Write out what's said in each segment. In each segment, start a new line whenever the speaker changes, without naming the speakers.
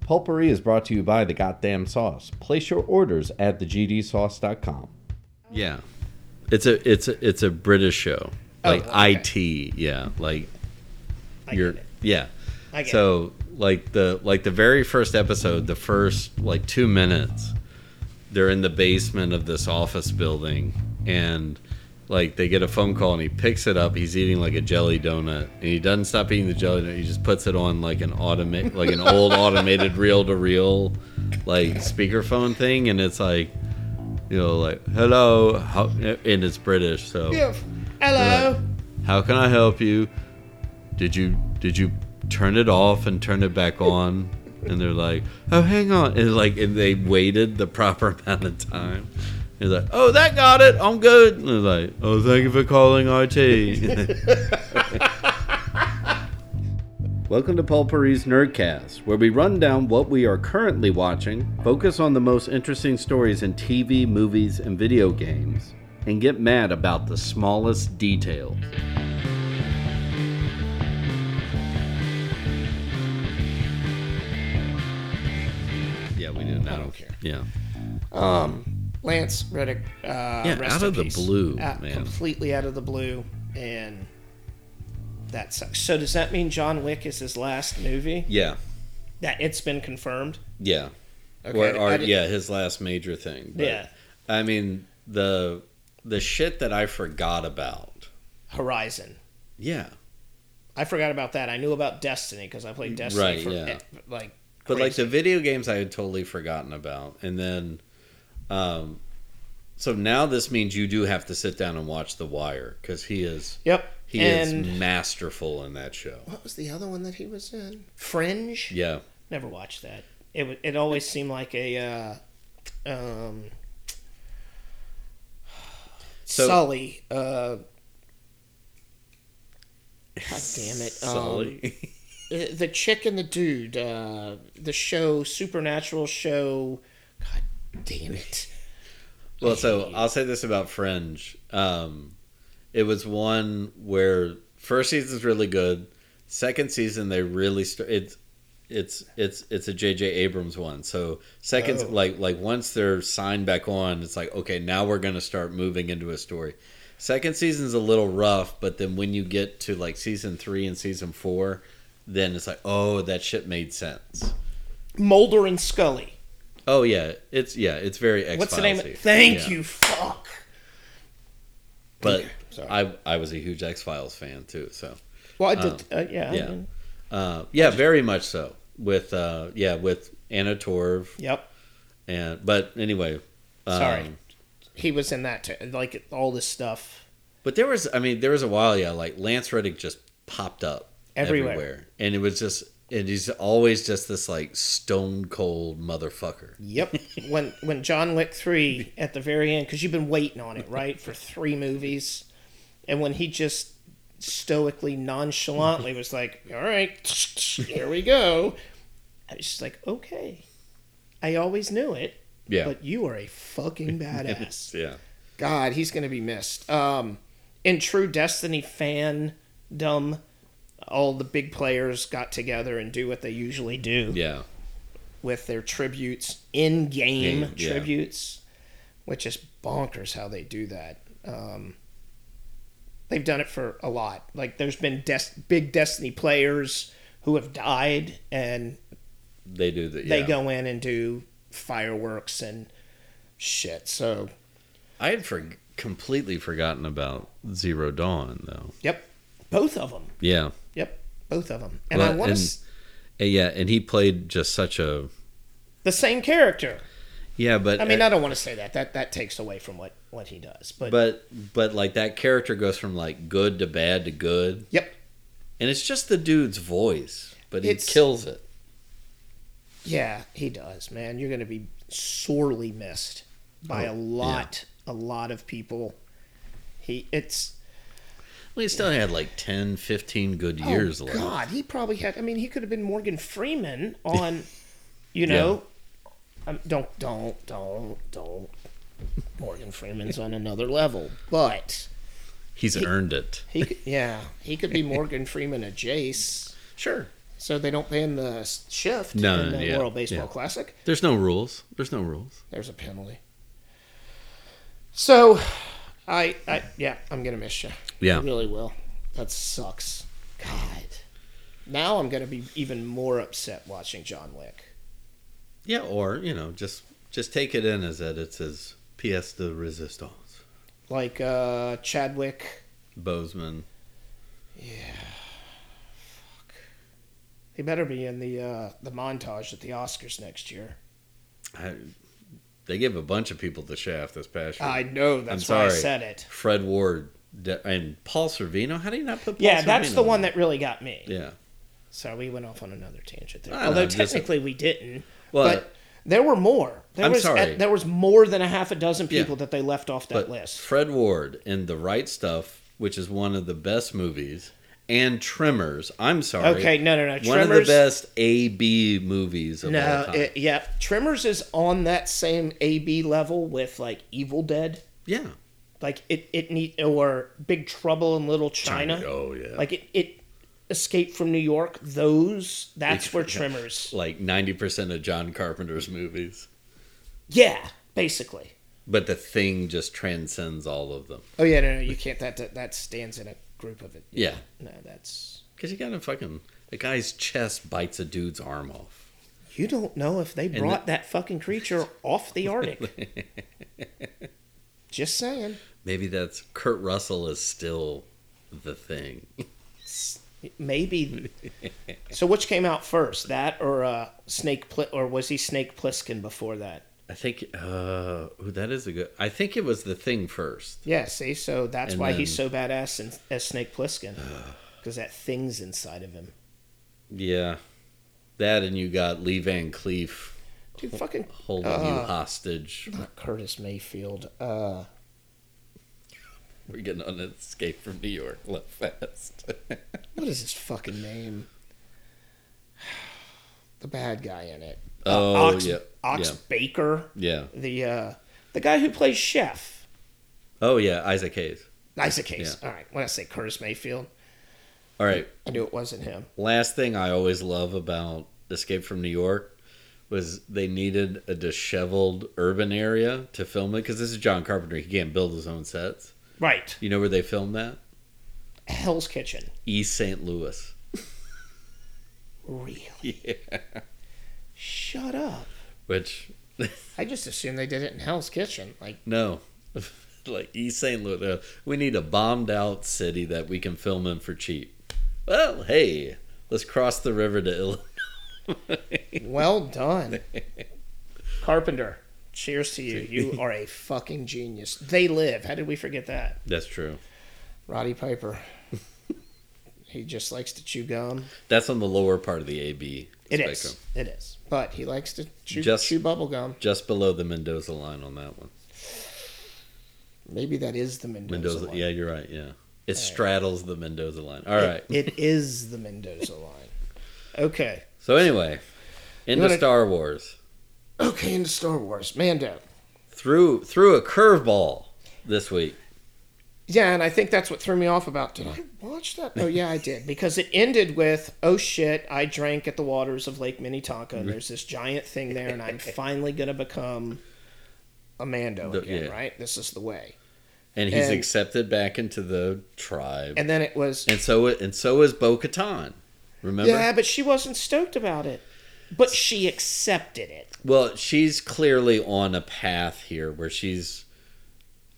Pulpery is brought to you by the goddamn sauce. Place your orders at thegdsauce.com.
Yeah, it's a it's a, it's a British show, like IT. Yeah, like you're yeah.
I get
so like the like the very first episode, the first like two minutes, they're in the basement of this office building, and like they get a phone call, and he picks it up. He's eating like a jelly donut, and he doesn't stop eating the jelly donut. He just puts it on like an automate like an old automated reel to reel like speakerphone thing, and it's like. You know, like hello, how, and it's British, so
Hello.
how can I help you? Did you did you turn it off and turn it back on? And they're like, oh, hang on, and like, and they waited the proper amount of time. He's like, oh, that got it, I'm good. And they're like, oh, thank you for calling IT. Welcome to Paul Paris Nerdcast, where we run down what we are currently watching, focus on the most interesting stories in TV, movies, and video games, and get mad about the smallest details. Yeah, we didn't. I don't care. Yeah.
Lance Reddick. Uh, yeah, rest
out
in
of the
peace.
blue,
Uh,
man.
Completely out of the blue, and that sucks. So does that mean John Wick is his last movie?
Yeah.
That it's been confirmed.
Yeah.
Okay,
Or- or-
I didn't-
yeah, his last major thing. But,
Yeah.
I mean, the the shit that I forgot about.
Horizon.
Yeah.
I forgot about that. I knew about Destiny because I played Destiny
Right,
for
yeah.
eh, like.
But like
crazy.
the video games I had totally forgotten about. And then um so now this means you do have to sit down and watch The Wire cuz he is
Yep.
he
and
is masterful in that show.
what was the other one that he was in? Fringe.
Yeah.
Never watched that. It wa- it always seemed like a uh, um,
So-
Sully. Uh, God damn it! Um,
Sully.
uh, the chick and the dude. Uh, the show supernatural show. God damn it!
well, so I'll say this about Fringe. Um it was one where first season's really good. Second season they really st- it's it's it's it's a JJ Abrams one. So second
Oh.
like like once they're signed back on, it's like okay, now we're going to start moving into a story. Second season's a little rough, but then when you get to like season 3 and season 4, then it's like, "Oh, that shit made sense."
Mulder and Scully.
Oh yeah, it's yeah, it's very X-Files.
What's the name? Of, thank you. Fuck.
But
Sorry.
I I was a huge X-Files fan too, so
Well, I did. uh, yeah. I
Um, yeah.
mean,
Uh, yeah, very much so. With uh, yeah, with Anna Torv
Yep.
and but anyway, um,
Sorry. He was in that too. Like all this stuff.
But there was, I mean, there was a while, yeah, like Lance Reddick just popped up
Everywhere.
and it was just, and he's always just this like stone cold motherfucker.
Yep. when when John Wick three at the very end, because you've been waiting on it, right, for three movies, and when he just stoically, nonchalantly was like, "All right, here we go," I was just like, "Okay, I always knew it,
Yeah,
but you are a fucking badass."
yeah,
God, he's gonna be missed. Um, in true Destiny fandom, all the big players got together and do what they usually do
yeah,
with their tributes in game
Game, yeah.
tributes, which is bonkers how they do that. Um, they've done it for a lot. Like there's been des- big Destiny players who have died, and
they do that. Yeah.
they go in and do fireworks and shit. So
I had for completely forgotten about Zero Dawn though.
yep, both of them.
Yeah,
Yep, both of them. And I
Well,
want
and-
to s-
and yeah, and he played just such a
the same character.
yeah, but
I mean, I don't want to say that. That that takes away from what what he does. But,
but but like that character goes from like good to bad to good,
yep,
and it's just the dude's voice, but he
It's-
kills it.
Yeah, he does, man. You're going to be sorely missed by
Oh,
a lot, a lot of people. He, it's
Well, he still had like 10, 15 good years
oh
left.
God, he probably had. I mean, he could have been Morgan Freeman on, you know, um, don't, don't, don't, don't. Morgan Freeman's on another level, but
He's earned it.
he, could, yeah, he could be Morgan Freeman a Jace.
Sure.
So they don't pay him the s- shift
No,
in
no,
the
yeah,
World Baseball
yeah.
Classic.
There's no rules. There's no rules.
There's a penalty. So, I, I, yeah, I'm gonna miss you. I
Yeah.
really will. That sucks. God. Now I'm gonna be even more upset watching John Wick.
Yeah, or you know, just just take it in as that it says PS de resistance.
Like uh, Chadwick,
Bozeman.
he better be in the uh, the montage at the Oscars next year.
I, they give a bunch of people the shaft this past year.
I know that's
I'm
why I
sorry.
said it.
Fred Ward de- and Paul Servino. How do you not put? Paul
Yeah, that's
Sorvino
the
in
one that really got me.
there? Yeah.
So we went off on another tangent there.
I know,
Although
just-
technically we didn't.
Well,
but there were more. There
I'm
was
sorry.
there was more than a half a dozen
Yeah.
people that they left off that
but
list.
Fred Ward in The Right Stuff, which is one of the best movies, and Tremors. I'm sorry.
Okay, no, no, no.
One of the
Tremors-
best A B movies of all
No,
time.
it, yeah, Tremors is on that same AB level with like Evil Dead,
yeah.
like it it need or Big Trouble in Little China.
Oh yeah.
Like it it Escape from New York. Those that's where Tremors.
like ninety percent of John Carpenter's movies.
Yeah, basically.
But the thing just transcends all of them.
Oh yeah, no, no, you can't. That that, that stands in a group of it.
Yeah.
No, that's
Because you got a fucking the guy's chest bites a dude's arm off.
you don't know if they brought that fucking creature off the Arctic. Just saying.
Maybe that's Kurt Russell is still the thing.
Maybe. so which came out first, that or uh, Snake Pl- or was he Snake Plissken before that?
I think uh ooh, that is a good I think it was the thing first.
Yeah, see, so that's
And
why
then-
he's so badass in, as Snake Plissken because that thing's inside of him.
Yeah. That and you got Lee Van Cleef
Dude, fucking
holding you hostage.
not Curtis Mayfield. Uh,
We're getting on an escape from New York left fast.
what is his fucking name? The bad guy in it. Uh,
Oh,
Ox,
yeah,
Ox
yeah.
Baker,
yeah.
the uh, the guy who plays Chef.
Oh yeah, Isaac Hayes.
Isaac Hayes. All right, when I say Curtis Mayfield,
All right.
I knew it wasn't him.
last thing I always love about Escape from New York was they needed a disheveled urban area to film it because this is John Carpenter. He can't build his own sets.
Right.
You know where they filmed that?
Hell's Kitchen.
East St. Louis.
Really? Yeah. Shut up.
Which,
I just assumed they did it in Hell's Kitchen. Like,
no. like East St. Louis. uh, We need a bombed out city that we can film in for cheap. Well, hey, let's cross the river to Illinois.
well done. Carpenter, cheers to you. You are a fucking genius. They live. How did we forget that?
That's true.
Roddy Piper. he just likes to chew gum.
That's on the lower part of the AB
It
spectrum.
is. It is. But he likes to chew,
Just-
chew bubble gum.
Just below the Mendoza line on that one.
Maybe that is the Mendoza,
Mendoza.
line.
Yeah, you're right. Yeah, it straddles the Mendoza line. All right.
It is the Mendoza line. Okay.
so anyway, into
wanna-
Star Wars
Okay, into Star Wars. Mando.
through through a curveball this week.
Yeah, and I think that's what threw me off about. Did I watch that? Oh yeah, I did because it ended with, "Oh shit, I drank at the waters of Lake Minnetonka, and there's this giant thing there, and I'm finally gonna become a Mando
The-
again,
yeah.
right? This is the way."
And he's
And-
accepted back into the tribe, and,
And then it was,
so and so is Bo Katan. Remember?
yeah, but she wasn't stoked about it, but she accepted it.
Well, she's clearly on a path here where she's.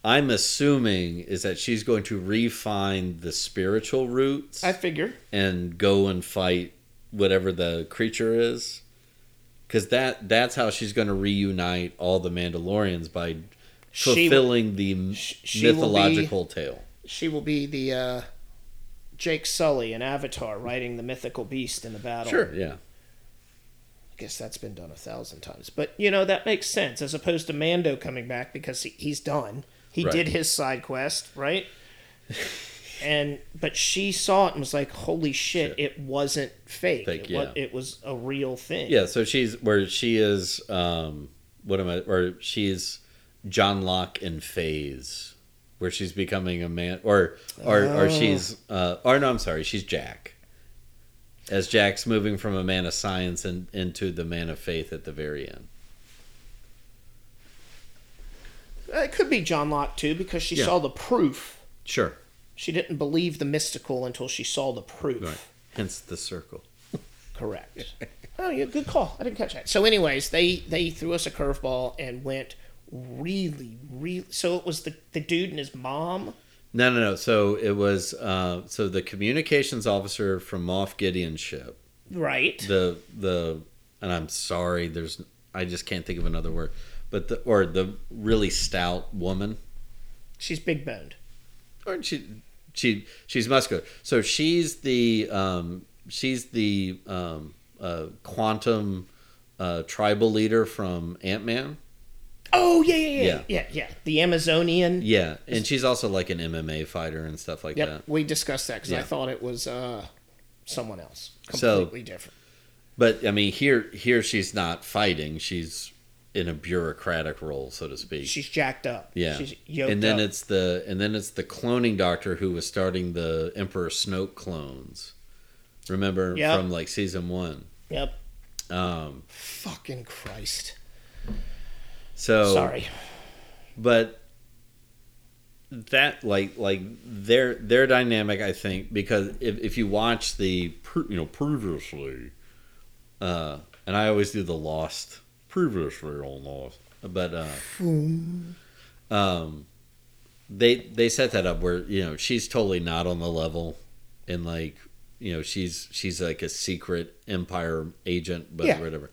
I'm assuming is that she's going to refine the spiritual roots.
I figure.
and go and fight whatever the creature is because that that's how she's going to reunite all the mandalorians by
She-
fulfilling the m-
she will be-
mythological tale
She will be the uh, Jake Sully in Avatar riding the mythical beast in the battle.
yeah
I guess that's been done a thousand times. But you know that makes sense as opposed to Mando coming back because he, he's done. He
Right.
did his side quest, right? and but she saw it and was like, "Holy shit, it wasn't fake.
Fake,
it, wa-
yeah.
it was a real thing."
yeah so she's where she is um what am i or she's john locke in phase where she's becoming a man or or or she's uh or no i'm sorry she's jack as Jack's moving from a man of science and into the man of faith at the very end.
It could be John Locke too, because she
Yeah.
saw the proof.
Sure.
She didn't believe the mystical until she saw the proof.
Right. Hence the circle.
Correct. oh, yeah, good call. I didn't catch that. So, anyways, they they threw us a curveball and went really, really. So it was the the dude and his mom.
No, no, no. So it was uh, so the communications officer from Moff Gideon's ship.
Right.
The the and I'm sorry, there's I just can't think of another word, but the or the really stout woman.
She's big boned.
Aren't she? She she's muscular. So she's the um, she's the um, uh, quantum uh, tribal leader from Ant Man.
Oh yeah, yeah, yeah,
Yeah.
yeah, yeah. The Amazonian.
Yeah, and she's also like an MMA fighter and stuff like
Yep,
that.
we discussed that because I
Yeah.
thought it was uh, someone else,
So-
completely different.
But I mean, here here she's not fighting. She's in a bureaucratic role, so to speak.
She's jacked up.
yeah.
she's yoked
and then
up.
it's the and then it's the cloning doctor who was starting the Emperor Snoke clones. Remember
Yep.
from like season one.
yep.
Um,
Fucking Christ.
so
Sorry.
but that like like their their dynamic i think because if, if you watch the pr- you know previously uh and i always do the lost previously on lost but uh um they they set that up where you know she's totally not on the level and like you know she's she's like a secret empire agent but
Yeah.
whatever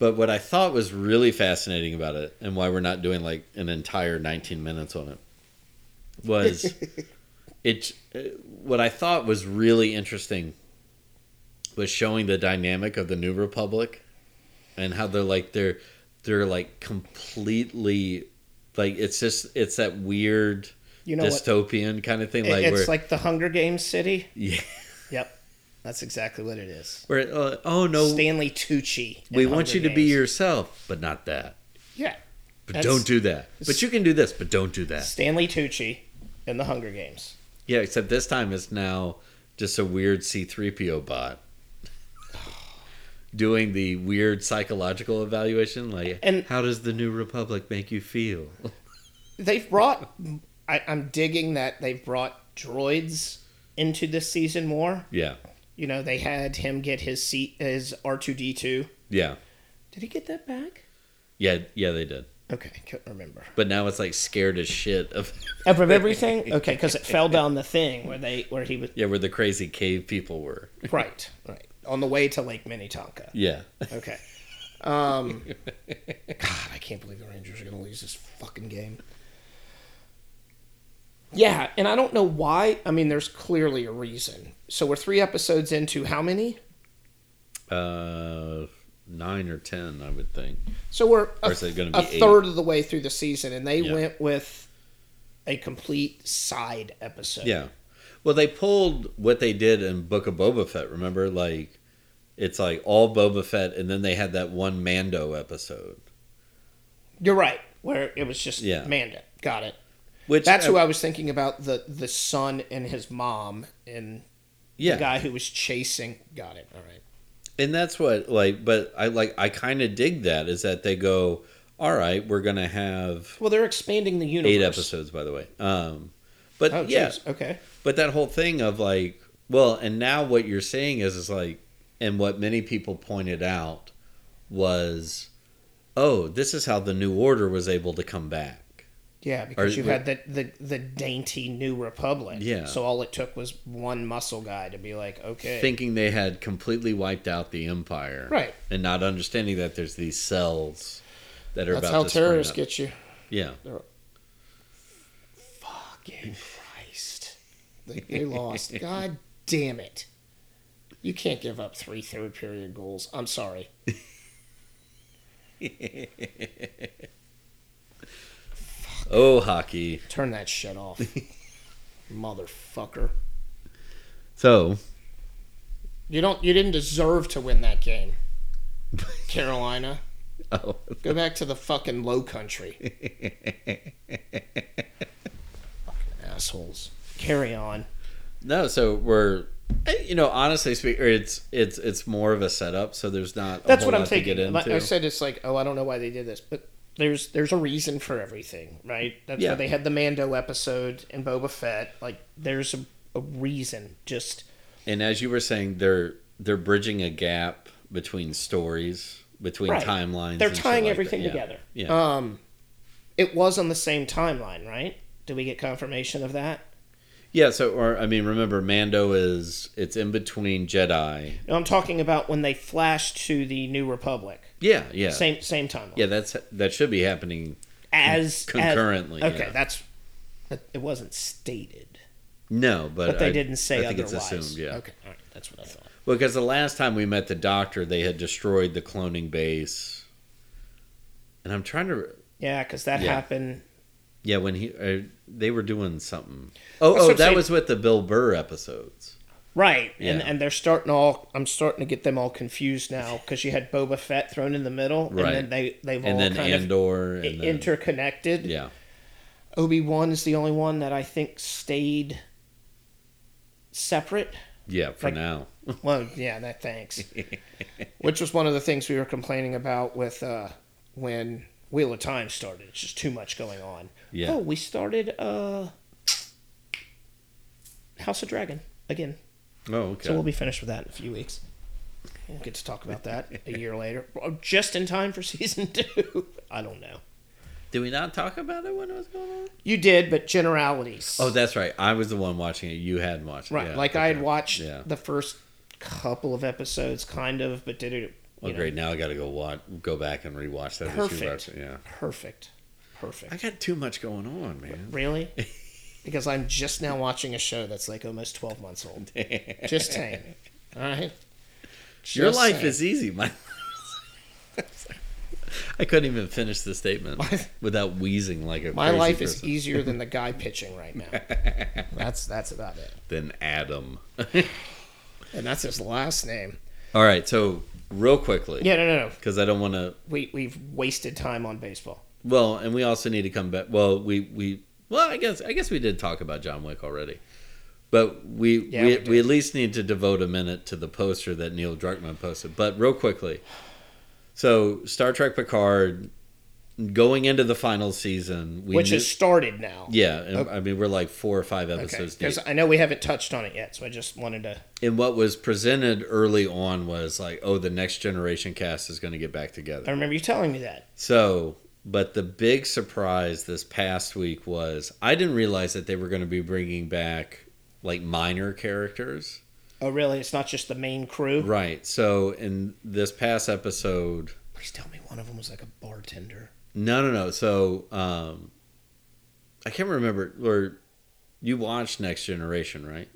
but what I thought was really fascinating about it and why we're not doing like an entire 19 minutes on it was it what I thought was really interesting was showing the dynamic of the New Republic and how they're like they're they're like completely like it's just it's that weird
You know what?
dystopian kind of thing
It-
like where
it's like the Hunger Games city.
yeah,
Yep. That's exactly what it is.
where uh, oh no
Stanley Tucci. in
we want
Hunger
you to be
Games.
yourself but not that
yeah.
but
That's-
don't do that but you can do this but don't do that
Stanley Tucci in the Hunger Games.
Yeah, except this time it's now just a weird C3PO bot doing the weird psychological evaluation. Like,
And-
how does the New Republic make you feel?
They've brought. I, I'm digging that they've brought droids into this season more.
Yeah.
You know, they had him get his seat, his R2D2.
Yeah.
Did he get that back?
Yeah. Yeah, they did.
Okay, I couldn't remember.
But now it's like scared as shit of.
Up of everything? Okay, because it fell down the thing where they where he was
Yeah, where the crazy cave people were.
right, right on the way to Lake Minnetonka.
Yeah.
Okay. Um, God, I can't believe the Rangers are going to lose this fucking game. Yeah, and I don't know why. I mean, there's clearly a reason. So we're three episodes into how many?
Uh, nine or ten, I would think.
So we're a,
Or is it gonna be
a
eight?
third of the way through the season, and they
Yeah.
went with a complete side episode.
Yeah. Well, they pulled what they did in Book of Boba Fett. Remember, like it's like all Boba Fett, and then they had that one Mando episode.
You're right. Where it was just
Yeah.
Manda. Got it.
Which
That's who I was thinking about the the son and his mom and
yeah,
the guy who was chasing. Got it. All right.
and that's what like. But I like I kind of dig that is that they go, all right, we're gonna have
Well, they're expanding the universe.
eight episodes, by the way. Um, but
Oh,
yeah,
yes. Okay.
but that whole thing of like, well, and now what you're saying is is like, and what many people pointed out was, oh, this is how the New Order was able to come back.
Yeah, because
Are-
you had the, the the dainty New Republic.
Yeah.
So all it took was one muscle guy to be like, okay,
thinking they had completely wiped out the empire,
Right.
And not understanding that there's these cells that are
that's
about
how
to spring
terrorists
up.
get you.
Yeah,
Fucking Christ! They, they lost. God damn it! You can't give up three third period goals. I'm sorry.
oh hockey.
Turn that shit off, motherfucker.
So
You don't. You didn't deserve to win that game, Carolina.
oh,
Go back to the fucking low country. fucking assholes. Carry on.
No, so we're eh, you know honestly speaking, it's it's it's more of a setup. So there's not. A
That's
whole
what I'm
lot to
taking.
get
Like
into.
I said it's like, oh, I don't know why they did this, but there's there's a reason for everything, right? That's
Yeah.
why they had the Mando episode and Boba Fett. Like, there's a, a reason. Just
and as you were saying, they're they're bridging a gap between stories, between
Right.
timelines.
they're
and shit
tying
like
everything
that. Yeah.
together.
Yeah.
Um, it was on the same timeline, right? Did we get confirmation of that?
Yeah, so or I mean, remember Mando is it's in between Jedi.
No, I'm talking about when they flash to the New Republic.
Yeah, yeah,
Same same timeline.
yeah. That's that should be happening.
As
concurrently,
As, okay,
yeah.
that's that- it wasn't stated,
No, but
but they
I-
didn't say
I think
otherwise.
it's assumed. Yeah,
Okay, all right, that's what I thought.
because the last time we met the Doctor, they had destroyed the cloning base, and I'm trying to.
Yeah, because that
Yeah.
happened.
Yeah, when he uh, they were doing something. Oh,
That's
oh,
what I'm
that
saying.
was with the Bill Burr episodes.
Right, and
Yeah.
and they're starting all. I'm starting to get them all confused now because you had Boba Fett thrown in the middle,
Right.
and then they they've all
and then
kind of
Andor
i-
and then,
interconnected.
yeah,
Obi Wan is the only one that I think stayed separate.
yeah. For
Like-
now,
Well, yeah, that thanks. Which was one of the things we were complaining about with uh, when Wheel of Time started. It's just too much going on.
Yeah.
Oh, we started uh, House of Dragon again.
oh okay.
So we'll be finished with that in a few weeks. We'll get to talk about that a year later, Or just in time for season two. I don't know.
Did we not talk about it when it was going on?
You did, but generalities.
Oh, that's right. I was the one watching it. You hadn't watched it.
right.
Yeah,
like I had
okay.
watched
Yeah.
the first couple of episodes, kind of, but did it. you
Well,
know,
great. Now I got to go watch, go back and rewatch that. as you watch
Perfect.
it, Yeah.
Perfect. Perfect.
I got too much going on, man.
Really? because I'm just now watching a show that's like almost 12 months old. just saying. All right.
Your
Just
life
saying.
is easy. My. I couldn't even finish the statement without wheezing like a.
My
crazy
life is
person.
easier than the guy pitching right now. that's that's about it.
than Adam.
And that's his last name.
All right. So real quickly.
Yeah, no, no, no.
Because I don't want to.
We we've wasted time on baseball.
Well, and we also need to come back. Well, we we. Well, I guess I guess we did talk about John Wick already, but we
Yeah,
we,
we
we at least need to devote a minute to the poster that Neil Druckmann posted. But real quickly, so Star Trek Picard going into the final season, we
which
knew-
has started now.
yeah. and I mean, we're like four or five episodes deep.
Because I know we haven't touched on it yet, so I just wanted to
And what was presented early on was like, oh, the next generation cast is going to get back together.
I remember you telling me that.
So, but the big surprise this past week was I didn't realize that they were going to be bringing back like minor characters.
Oh really? It's not just the main crew?
Right. So, in this past episode,
Please tell me one of them was like a bartender.
no, no, no. So, um, I can't remember. Or you watched Next Generation, right?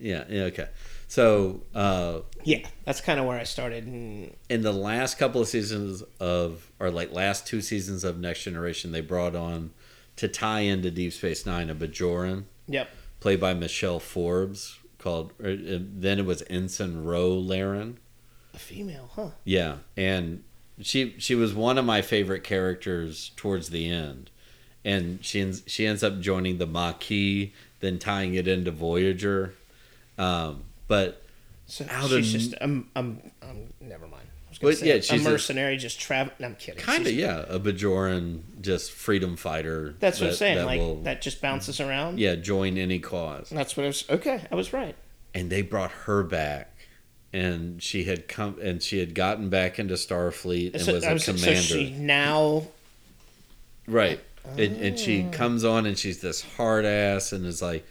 Yeah. Yeah. Okay. So, uh,
Yeah, that's kind of where I started. And
in the last couple of seasons of, or like last two seasons of Next Generation, they brought on to tie into Deep Space Nine a Bajoran.
yep,
played by Michelle Forbes, called or, uh, then it was Ensign Roe Laren.
a female, huh?
Yeah, and she she was one of my favorite characters towards the end, and she ends, she ends up joining the Maquis, then tying it into Voyager, um, but.
So
Out
she's
of-
just um um um. Never mind. I was gonna
But
say,
yeah,
a
she's a-
mercenary just travel. No, I'm kidding.
Kind of,
She's-
yeah, a Bajoran, just freedom fighter.
That's what I'm
that-
saying.
that
like
will, Mm-hmm.
that just bounces around.
yeah, join any cause.
That's what I was. Okay, I was right.
and they brought her back and she had come and she had gotten back into starfleet and
So,
was
I
a
was like,
commander
so she now
right and, and
Oh.
she comes on and she's this hard ass and is like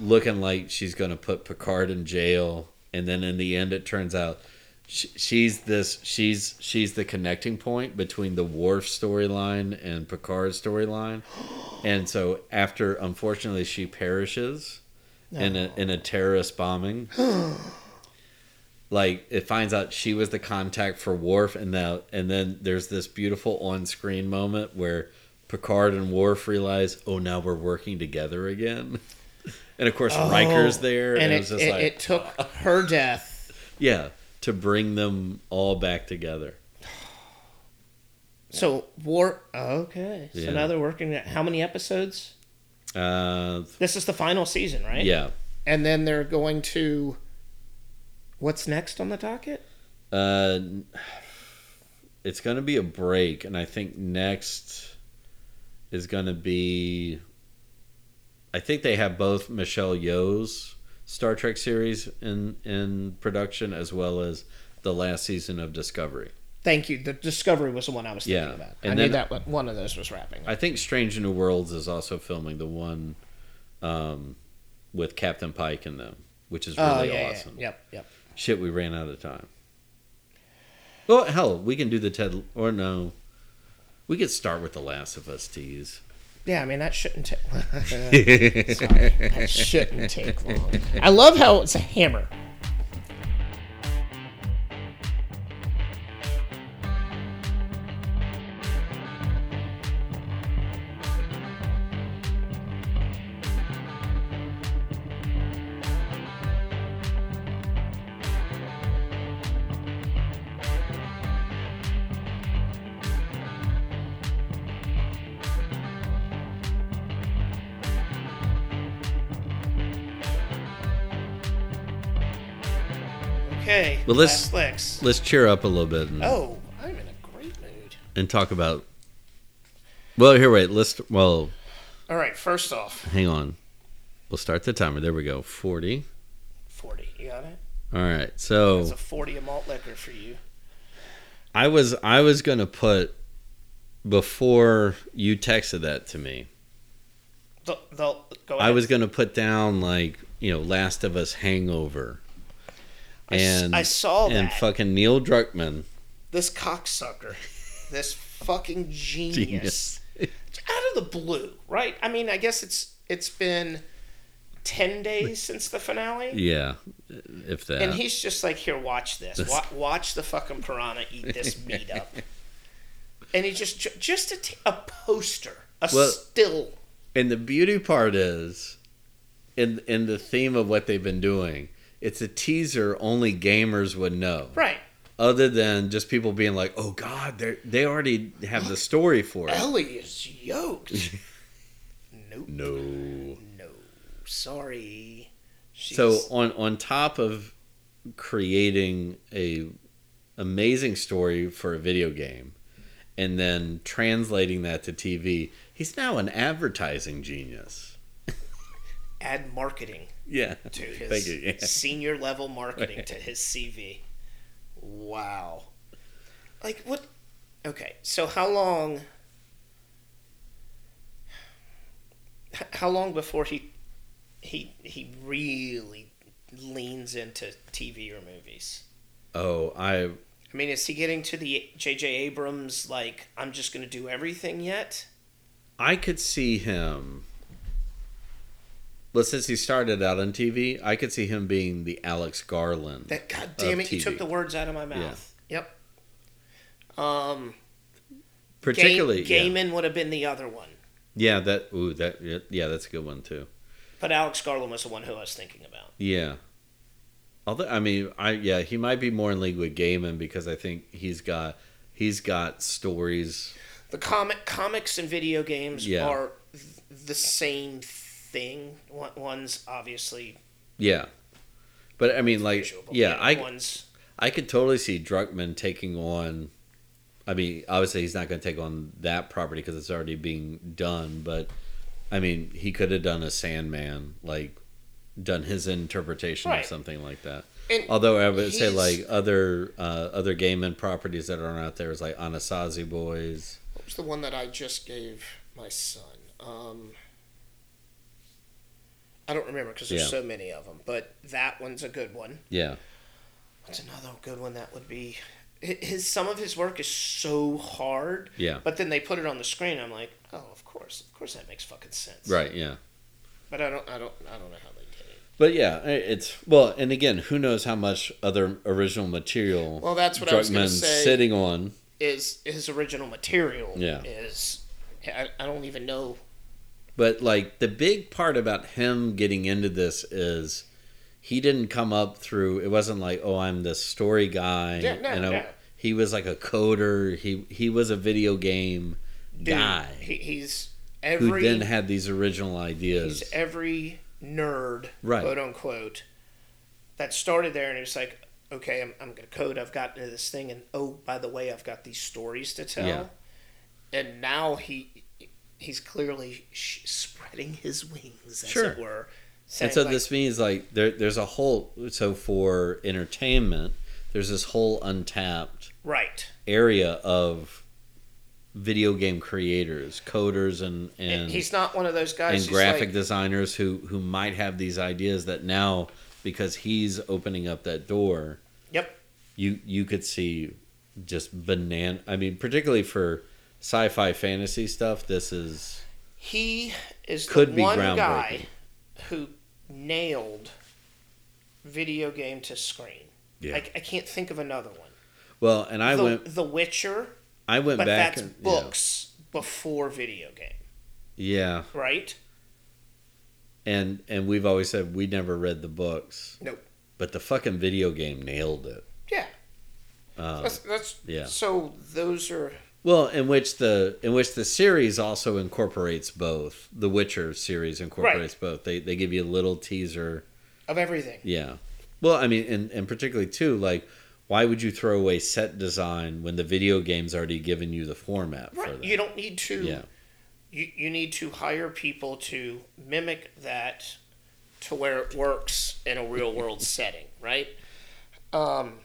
looking like she's going to put picard in jail and then in the end it turns out sh she's this she's she's the connecting point between the Worf storyline and Picard's storyline and so after unfortunately she perishes in a in a terrorist bombing like it finds out she was the contact for Worf, and now and then there's this beautiful on-screen moment where Picard and Worf realize, oh, now we're working together again, and of course Riker's there, and,
and
it,
it,
was just
it,
like,
it took her death.
yeah, to bring them all back together.
So war. Okay, so
Yeah.
now they're working. At, how many episodes?
Uh,
This is the final season, right?
yeah,
and then they're going to. What's next on the docket?
Uh, it's going to be a break, and I think next is going to be. I think they have both Michelle Yeoh's Star Trek series in in production, as well as the last season of Discovery.
Thank you. The Discovery was the one I was thinking
Yeah,
about.
and
I knew
then-
that one, one of those was wrapping. up.
I think Strange New Worlds is also filming the one um, with Captain Pike in them, which is
oh
really
yeah, yeah,
awesome.
yep, yep.
Shit, we ran out of time. Well, hell, we can do the Ted or no. We could start with the Last of Us tease.
Yeah, I mean that shouldn't take. Sorry, that shouldn't take long. I love how it's a hammer. Okay.
Well, let's-
last Lex.
Let's cheer up a little bit and,
Oh, I'm in a great mood.
and talk about. Well, here, wait. Let's. Well,
All right. First off,
hang on. We'll start the timer. There we go. Forty.
forty. You got it.
All right. So
It's a forty of malt liquor for you.
I was I was gonna put before you texted that to me.
The, the, go
I
ahead.
was gonna put down like you know Last of Us Hangover.
I s-
And
I saw
and
that.
fucking Neil Druckmann.
this cocksucker, this fucking genius. out of the blue, right? I mean, I guess it's it's been ten days since the finale,
Yeah, if that.
and he's just like, "Here, watch this. Wa- watch the fucking piranha eat this meat up." And he just ju- just a, t- a poster, a
Well-
still.
and the beauty part is, in in the theme of what they've been doing, it's a teaser only gamers would know.
Right.
Other than just people being like, "Oh God, they they already have the story for it."
Ellie is yoked. nope.
No.
No. Sorry. She's,
So on on top of creating a amazing story for a video game, and then translating that to TV, he's now an advertising genius.
add marketing
Yeah.
to
Thank
his
you. Yeah.
senior level marketing to his CV. Wow. Like what? Okay, so how long? h- How long before he he he really leans into TV or movies?
Oh, I
I mean, is he getting to the J.J. Abrams like I'm just going to do everything yet?
I could see him. Well, since he started out on TV, I could see him being the Alex Garland.
That God damn
Of
it, you took
TV.
the words out of my mouth. Yep. Um, Ga-
Particularly, yeah.
Gaiman would have been the other one.
yeah, that ooh, that yeah, yeah, that's a good one too.
But Alex Garland was the one who I was thinking about.
Yeah. Although I mean, I yeah, he might be more in league with Gaiman because I think he's got he's got stories.
The comic comics and video games
Yeah.
are th- the same thing. One, one's obviously
Yeah. But I mean, like,
visual. but
yeah, I
one's
I could totally see Druckman taking on. I mean, obviously he's not going to take on that property because it's already being done. But I mean, he could have done a Sandman, like done his interpretation
Right.
of something like that.
And
Although I would say
he's-
like other uh, other Gaiman properties that are out there is like Anasazi Boys.
what was the one that I just gave my son. Um, I don't remember because there's
Yeah.
so many of them. But that one's a good one.
Yeah,
What's another good one that would be? hi- His some of his work is so hard.
Yeah.
But then they put it on the screen. I'm like, oh, of course, of course that makes fucking sense.
right. Yeah,
But I don't, I don't, I don't know how they did it.
but yeah, i- it's well, and again, who knows how much other original material?
Well, that's what I was gonna
Druckmann's
say.
sitting on.
Is his original material?
Yeah.
Is I, I don't even know.
But like the big part about him getting into this is he didn't come up through it wasn't like, oh, I'm this story guy.
Yeah, no,
I-
no.
he was like a coder. He he was a video game
Dude,
guy
He, he's
who
every
then had these original
he's
ideas.
every nerd,
Right.
quote unquote, that started there, and it's like, okay, I'm, I'm gonna code. I've gotten to this thing, and oh, by the way, I've got these stories to tell.
Yeah.
And now he he's clearly sh- spreading his wings, as
Sure.
it were.
And
saying,
so
like,
this means like there, there's a whole so for entertainment, there's this whole untapped
right.
area of video game creators, coders, and and,
he's not one of those guys.
and
who's
graphic
like,
designers who who might have these ideas that now because he's opening up that door,
Yep.
you you could see just banana. I mean, particularly for sci-fi fantasy stuff, this is
he is
Could
the
be
one
groundbreaking.
guy who nailed video game to screen.
Yeah.
Like I can't think of another one.
well. And I
the,
went
the Witcher,
I went
but
back
that's
and- yeah.
books before video game,
yeah.
right?
and and we've always said we never read the books
Nope.
but the fucking video game nailed it
Yeah.
um,
That's, that's
yeah.
So those are
well in which the in which the series also incorporates both the witcher series incorporates both they they give you a little teaser
of everything.
yeah well i mean and and particularly too like why would you throw away set design when the video game's already given you the format for
Right.
that
You don't need to.
yeah
You you need to hire people to mimic that to where it works in a real world setting, right? Um.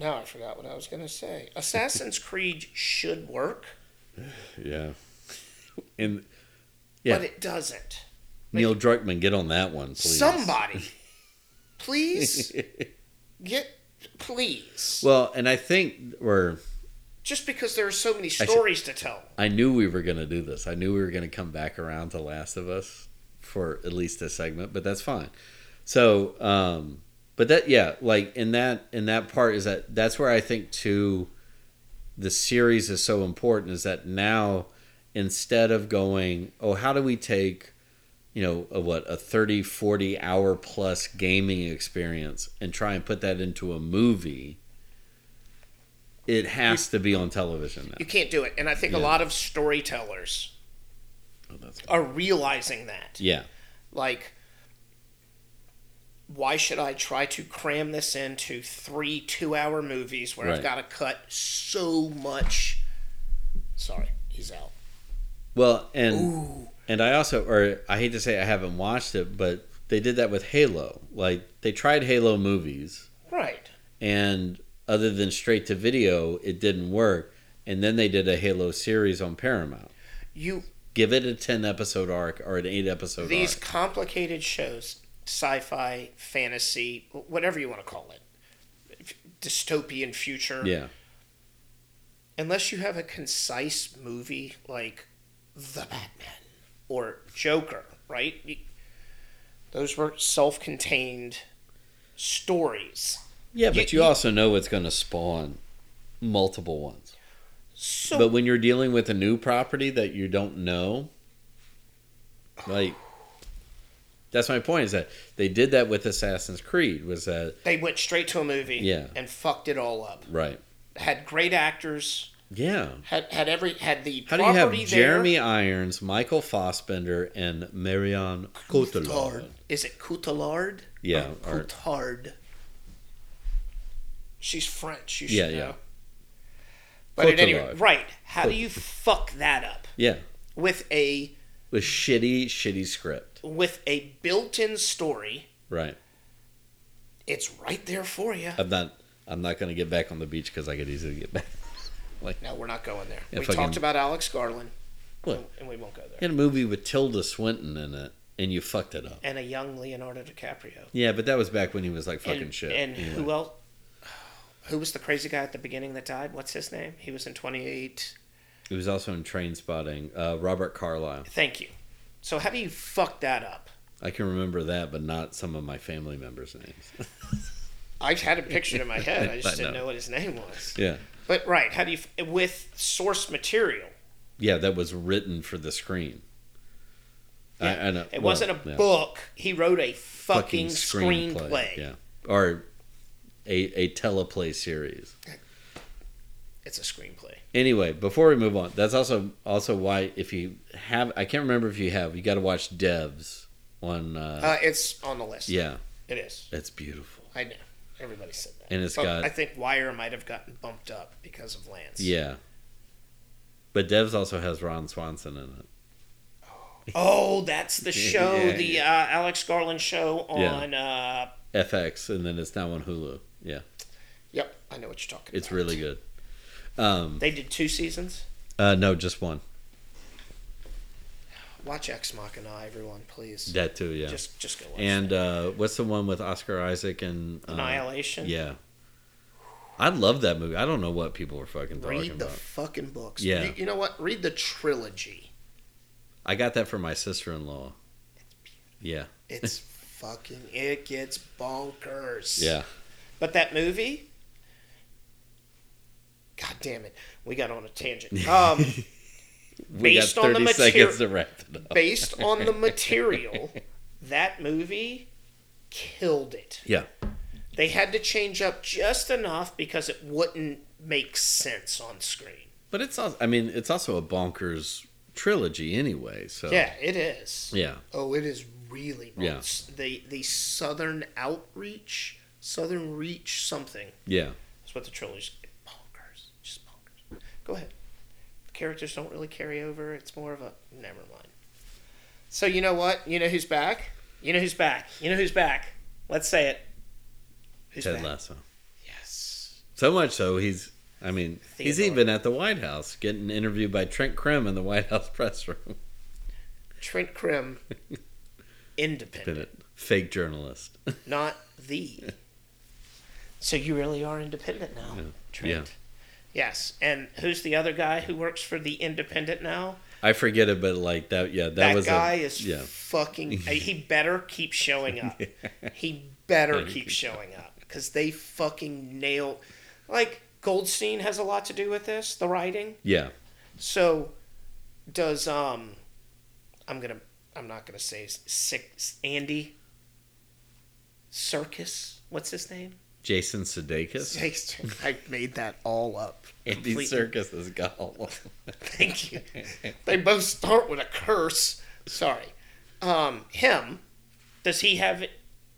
Now I forgot what I was gonna say. Assassin's Creed should work,
yeah and Yeah.
but it doesn't.
neil druckmann get on that one please
Somebody, please get please.
well and i think we're
just because there are so many
should-
stories to tell.
I knew we were going to do this. I knew we were going to come back around to Last of Us for at least a segment, but that's fine. So, um, but that yeah, like in that in that part is that that's where I think too the series is so important is that now instead of going, oh, how do we take you know, a, what a 30 40 hour plus gaming experience and try and put that into a movie it has to be on television now.
You can't do it, and I think a
Yeah.
lot of storytellers
Oh, that's-
are realizing that.
yeah
Like, why should I try to cram this into three two-hour movies where I've
Right.
got to cut so much? Sorry, he's out.
Well, and
Ooh,
and I also, or I hate to say I haven't watched it, but they did that with Halo. Like they tried Halo movies,
right.
and other than straight to video, it didn't work. And then they did a Halo series on Paramount.
You
Give it a ten episode arc or an eight episode
these
arc.
complicated shows, sci-fi, fantasy, whatever you want to call it, f- dystopian future.
Yeah,
unless you have a concise movie like The Batman or Joker, right? You- Those were self-contained stories.
yeah, but
You-
you,
you-
also know it's going to spawn multiple ones.
So
But when you're dealing with a new property that you don't know, like that's my point is that they did that with Assassin's Creed. Was that
they went straight to a movie
Yeah.
and fucked it all up.
Right.
Had great actors,
Yeah.
had had every had the
How do you have
property
Jeremy Irons, Michael Fossbender, and Marion
there.
Cotillard?
Is it Oh, Coutillard?
Yeah,
Or
or-
Coutard. She's French, you should
Yeah,
know.
yeah.
But at any rate,
Coutillard.
right. How do you fuck that up?
Yeah,
with a
with shitty, shitty script.
with a built-in story.
Right.
It's right there for you.
I'm not. I'm not going to get back on the beach because I could easily get back.
No, we're not going there.
Yeah,
we
fucking-
talked about Alex Garland,
Look,
and we won't go there.
you had a movie with Tilda Swinton in it, and you fucked it up.
And a young Leonardo DiCaprio.
Yeah, but that was back when he was like fucking
and,
shit.
And
Anyway.
who else? Who was the crazy guy at the beginning that died? What's his name? He was in Twenty Eight.
He was also in Train Spotting. Uh, Robert Carlyle.
Thank you. So how do you fuck that up?
I can remember that, but not some of my family members' names.
I had a picture in my head. I just
I
didn't
know.
know what his name was.
yeah.
But right, how do you f- with source material?
Yeah, that was written for the screen. I, I know.
It
well,
wasn't a
yeah.
book. He wrote a fucking, screenplay.
Yeah. Or a, a teleplay series.
It's a screenplay.
Anyway, before we move on, that's also also why if you have I can't remember if you have, you gotta watch Devs on uh,
Uh, it's on the list.
yeah,
It is.
it's beautiful.
I know. Everybody said that.
And it's
But
got-
I think Wire might have gotten bumped up because of Lance.
Yeah. But Devs also has Ron Swanson in it.
Oh, that's the show,
Yeah,
the Uh, Alex Garland show
Yeah.
on. Uh,
FX and then it's now on Hulu. Yeah.
yep, I know what you're talking
It's
about.
really good. Um
They did two seasons.
uh no, just one.
Watch Ex Machina, everyone, please.
That too, yeah.
Just, just go watch.
and uh what's the one with Oscar Isaac and uh,
Annihilation.
Yeah. I love that movie. I don't know what people were fucking talking
Read the
about.
fucking books.
Yeah.
You, you know what? Read the trilogy.
I got that from my sister in law. Yeah.
It's fucking. It gets bonkers.
Yeah.
But that movie. God damn it! We got on a tangent. Um,
We
Based
got
on the
thirty
materi-
seconds to wrap it up.
based on the material, that movie killed it.
Yeah.
They had to change up just enough because it wouldn't make sense on screen.
But it's also I mean, it's also a bonkers trilogy anyway, so
Yeah, it is.
Yeah.
Oh, it is really
Oh. Yeah.
nuts. The the Southern Outreach, Southern Reach, something.
Yeah.
That's what the trilogy's bonkers, just bonkers. Go ahead. Characters don't really carry over. It's more of a never mind. So you know what? You know who's back. You know who's back. You know who's back. Let's say it. Who's
Ted
back?
Lasso.
Yes.
So much so he's I mean, he's
Theodore.
even at the White House getting interviewed by Trent Krim in the White House press room.
Trent Krim,
Been
independent,
a fake journalist.
not the. So you really are independent now, Trent. Yes, and who's the other guy who works for the Independent now?
I forget it, but like that, yeah, that,
That,
was
guy
a,
is
yeah,
fucking. He better keep showing up. He better keep showing up because they fucking nailed. Like Goldstein has a lot to do with this, the writing.
yeah,
So does um, I'm gonna I'm not gonna say s- six Andy. Circus. What's his name?
Jason Sudeikis,
I made that all up.
Andy
completely.
Circus is Gollum.
Thank you. They both start with a curse. Sorry. Um, him. Does he have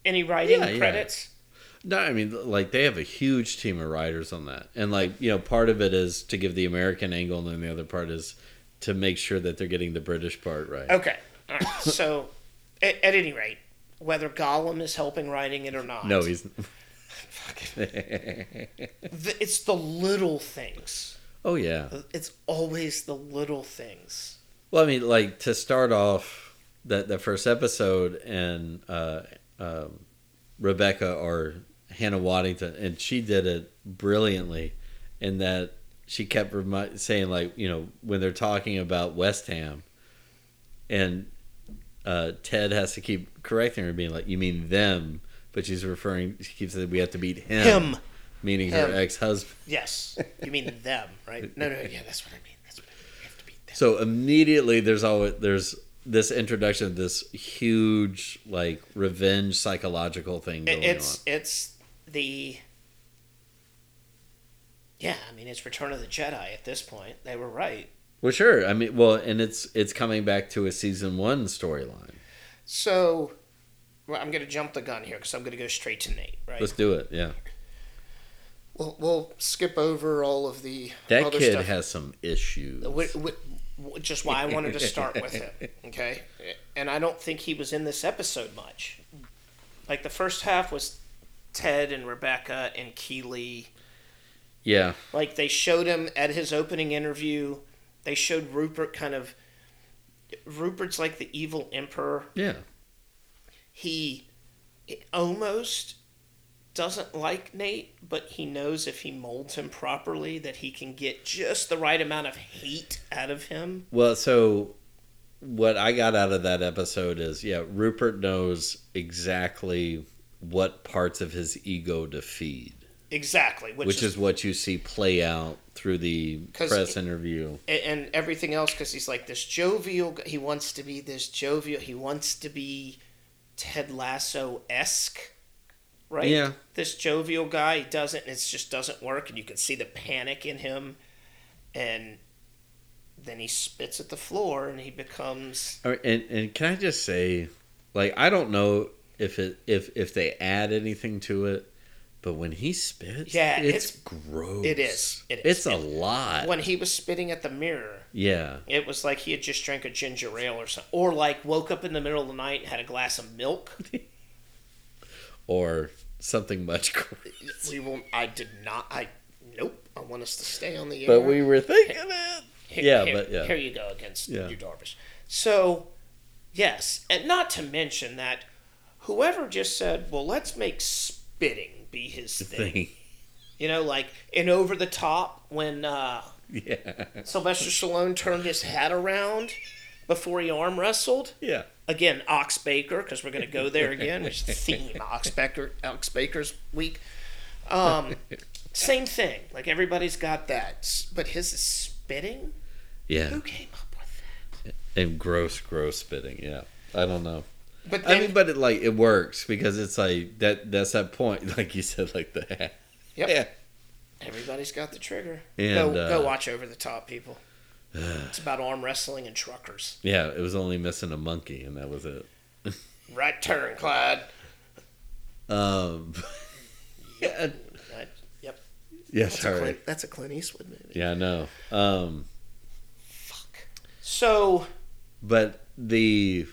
any writing
Yeah, yeah.
credits?
no, I mean, like they have a huge team of writers on that, and like you know, part of it is to give the American angle, and then the other part is to make sure that they're getting the British part right.
Okay. All right. so, at, at any rate, whether Gollum is helping writing it or not,
No, he's
th- it's the little things.
oh yeah.
It's always the little things.
Well, I mean, like to start off that that first episode, and uh, um, Rebecca or Hannah Waddington, and she did it brilliantly, in that she kept remi- saying like, you know, when they're talking about West Ham, and uh, Ted has to keep correcting her, being like, "You mean them," but she's referring. She keeps saying we have to beat him,
Him.
meaning
Him.
her ex husband.
Yes. You mean them, right? No, no. Yeah, that's what I mean. That's what I mean. You have to beat them.
So immediately there's always there's this introduction of this huge like revenge psychological thing going
It, it's
on.
it's the yeah. I mean, it's Return of the Jedi at this point. They were right.
Well, sure. I mean, well, and it's it's coming back to a season one storyline.
So, well, I'm going to jump the gun here because I'm going to go straight to Nate. Right.
Let's do it. Yeah,
We'll, we'll skip over all of the
that
other
kid
stuff.
has some issues.
Wh- wh- wh- just why I wanted to start with him. Okay, and I don't think he was in this episode much. Like the first half was Ted and Rebecca and Keeley.
Yeah,
Like they showed him at his opening interview. They showed Rupert kind of. Rupert's like the evil emperor.
yeah,
He almost doesn't like Nate, but he knows if he molds him properly that he can get just the right amount of hate out of him.
Well, so what I got out of that episode is yeah, Rupert knows exactly what parts of his ego to feed,
Exactly, which,
which,
is,
is, what you see play out through the
'Cause
press
it-
interview.
a- and everything else because he's like this jovial. g- He wants to be this jovial. He wants to be Ted Lasso esque, right?
Yeah.
This jovial guy he doesn't. It just doesn't work, and you can see the panic in him, and then he spits at the floor, and he becomes
All right, and and can I just say, Like I don't know if it if if they add anything to it, but when he spits,
Yeah,
it's,
it's-
gross.
it is. It is.
It's a lot.
When he was spitting at the mirror,
yeah,
it was like he had just drank a ginger ale or something, or like woke up in the middle of the night and had a glass of milk.
or something much. Crazy.
we won't. I did not. I nope. I want us to stay on the air.
But we were thinking it.
Here-
Yeah,
here-
but yeah.
Here you go against
Yeah.
your Darvish. So, yes, and not to mention that whoever just said, "Well, let's make spitting be his thing,",
Thing.
you know, like in Over the Top when uh,
Yeah,
Sylvester Stallone turned his hat around before he arm wrestled
yeah.
again Ox Baker because we're going to go there again, which is the theme Ox Baker Ox Baker's week. Um, same thing. Like everybody's got that, S- but his is spitting.
Yeah,
Who came up with
and gross, gross spitting. Yeah, I don't know.
that? But
I
then,
mean, but it like it works because it's like that. That's that point, like you said, like the hat.
Yep.
Yeah,
everybody's got the trigger.
And,
go
uh,
go watch over the top, people. it's about arm wrestling and truckers.
yeah. It was only missing a monkey, and that was it.
Right turn, Clyde.
Um, yeah,
Right. Yep.
yeah.
That's a,
Sorry.
Clint, that's a Clint Eastwood movie.
Yeah, I know. Um,
So
but the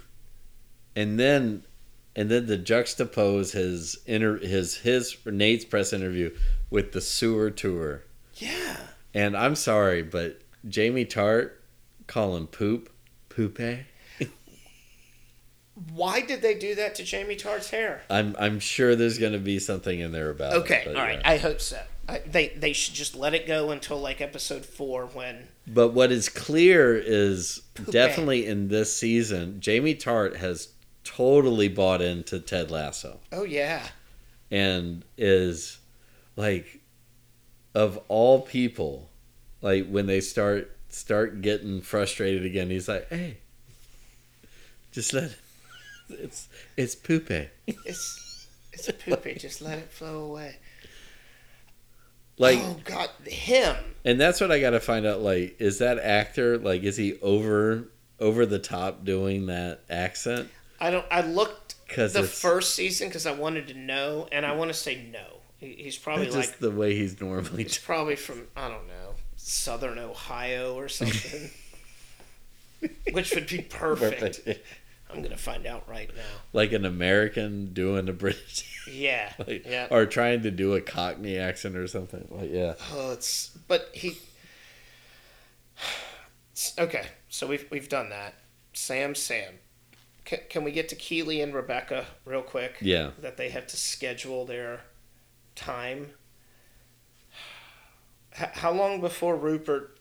and then and then the juxtapose his inter his his Nate's press interview with the sewer tour.
yeah,
And I'm sorry, but Jamie Tart call him poop poope.
why did they do that to Jamie Tart's hair?
I'm I'm sure there's gonna be something in there about.
Okay,
it, but
all right.
yeah.
I hope so. I, they they should just let it go until like episode four when
But what is clear is definitely in this season, Jamie Tart has totally bought into Ted Lasso
oh yeah
and is like of all people, like when they start start getting frustrated again, he's like, Hey, just let it it's it's poope.
it's it's a poopy. just let it flow away.
Like
oh God, him.
and that's what I got to find out. Like, is that actor like is he over over the top doing that accent?
I don't. I looked
'Cause
the
it's-
first season because I wanted to know, and I want to say no. He- He's probably
That's just
like
the way he's normally.
he's probably from I don't know Southern Ohio or something, which would be perfect. I'm gonna find out right now.
like an American doing a British,
Yeah,
like, oh.
yeah.
or trying to do a Cockney accent or something. Like, yeah,
Oh, it's but he. Okay, so we've we've done that. Sam, Sam, can, can we get to Keely and Rebecca real quick?
yeah.
That they have to schedule their time. H- how long before Rupert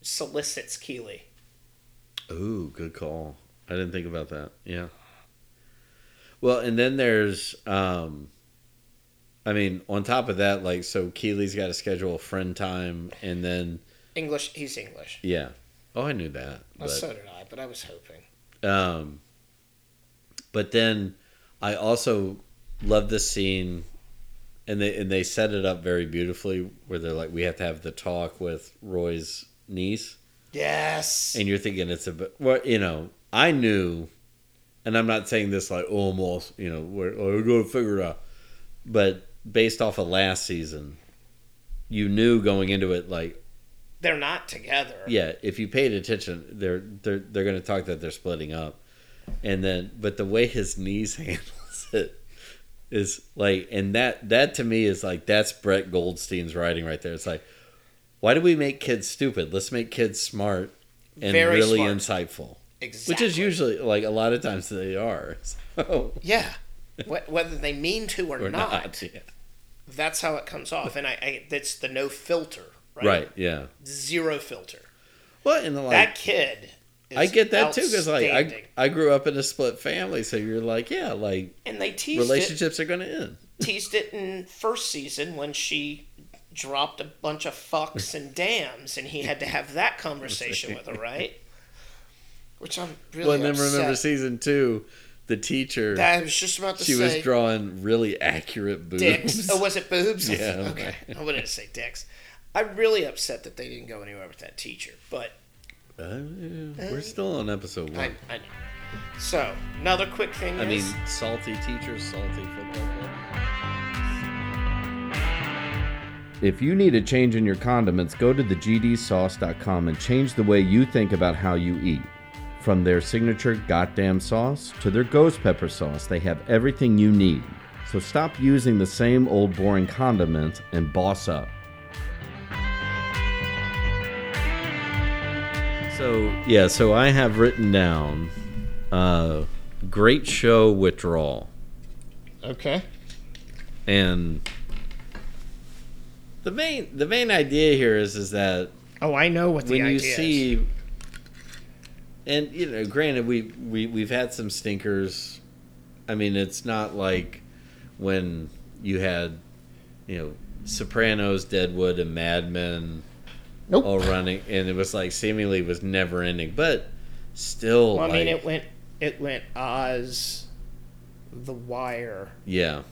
solicits Keely?
Ooh, good call. I didn't think about that. Yeah. Well, and then there's, um I mean, on top of that, like, so Keeley's got to schedule friend time, and then
English, he's English.
yeah. Oh, I knew that. but-
Well, so did I, but I was hoping.
Um, but then I also love this scene, and they and they set it up very beautifully, where they're like, we have to have the talk with Roy's niece,
Yes.
and you're thinking it's a bit- well, you know, I knew, and I'm not saying this like oh, I'm all you know, we're, oh, we're going to figure it out, but based off of last season, you knew going into it like
They're not together.
yeah, if you paid attention, they're they're they're going to talk that they're splitting up, and then but the way his knees handles it is like, and that that to me is like that's Brett Goldstein's writing right there. It's like, why do we make kids stupid? Let's make kids smart and
Very
really
smart.
insightful,
Exactly.
which is usually like a lot of times they are. So,
Yeah. Wh- Whether they mean to or,
or
not,
not, Yeah.
that's how it comes off. And I, I that's the no filter, right?
right? Yeah.
Zero filter.
Well, and like
that kid. Is
I get that too because like I
outstanding.
I grew up in a split family, so you're like, yeah, like
and they teased
relationships are going to end.
it, teased it in first season when she dropped a bunch of fucks and dams, and he had to have that conversation with her, right? Which I'm really.
Well, and then
upset.
remember season two, the teacher
That I was just about to
she
say.
was drawing really accurate boobs.
dicks. Oh, was it boobs?
Yeah.
Okay. I wouldn't say dicks. I'm really upset that they didn't go anywhere with that teacher, but
Uh, yeah, We're still on episode
I,
one.
I know. So another quick thing
I mean,
is
salty teachers, salty football club.
If you need a change in your condiments, go to thegdsauce.com and change the way you think about how you eat. From their signature goddamn sauce to their ghost pepper sauce, they have everything you need. So stop using the same old boring condiments and boss up.
So yeah, so I have written down uh, great show withdrawal
okay.
and the main the main idea here is is that
Oh, I know what the
when you
idea is.
see and you know granted we, we we've had some stinkers i mean it's not like when you had you know sopranos deadwood and mad men
Nope.
all running and it was like seemingly was never ending but still
Well, I mean,
like,
it went it went Oz, The Wire,
yeah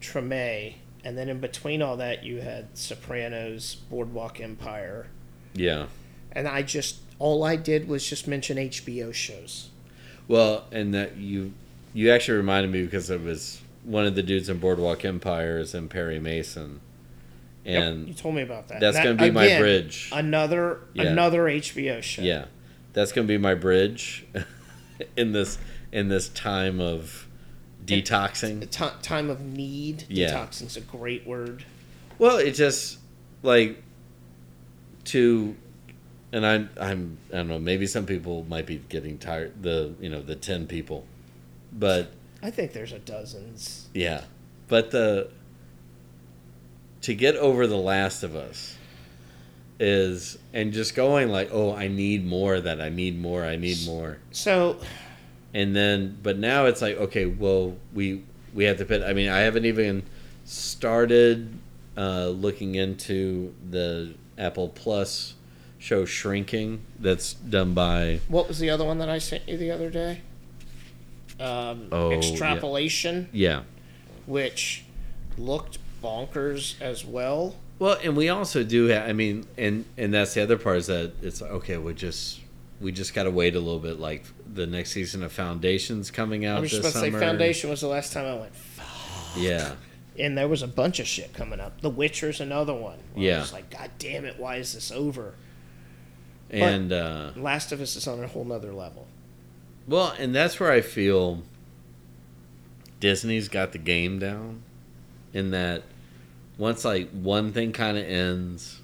Treme, and then in between all that, you had Sopranos, Boardwalk Empire,
yeah
and I just all I did was just mention HBO shows.
Well, and that you you actually reminded me because it was one of the dudes in Boardwalk Empire is in Perry Mason,
Yep,
and
you told me about that.
that's
That-
gonna be my
again,
bridge.
Another
Yeah.
another HBO show.
yeah, that's gonna be my bridge in this in this time of detoxing.
The ti time of need.
Yeah.
Detoxing's a great word.
Well, it just like to, and I'm I'm I don't know. Maybe some people might be getting tired. The you know the ten people, but
I think there's a dozens.
Yeah. But the to get over the last of us is and just going like, "Oh, I need more of that. I need more. I need more."
So
And then but now it's like, "Okay, well, we we have to pit. I mean, I haven't even started uh looking into the Apple Plus show Shrinking that's done by
what was the other one that I sent you the other day? Um,
Oh, yeah.
extrapolation,
yeah.
which looked bonkers as well.
Well, and we also do. Ha- I mean, and and that's the other part is that it's like, okay. We just we just got to wait a little bit. Like the next season of Foundations coming out
I was
this
just about to say
summer.
Foundation was the last time I went,
Yeah,
and there was a bunch of shit coming up. The Witcher's another one.
Yeah.
It's like, God damn it, why is this over?
and uh,
Last of Us is on a whole nother level.
well, and that's where I feel Disney's got the game down. In that, once like one thing kind of ends.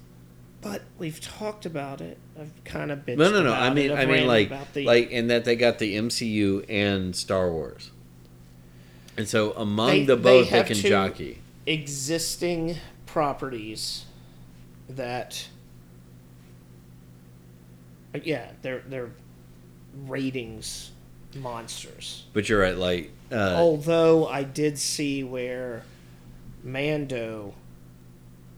But we've talked about it. I've kind of bitched.
No, no, no.
about
I
it.
mean,
I've
I mean,
ranted
like,
about the,
like, in that they got the MCU and Star Wars, and so among
They-
the
they
both they,
have
can
to-
jockey.
existing properties that uh, yeah they're they're ratings monsters
But you're right, like uh,
Oh. although i did see where mando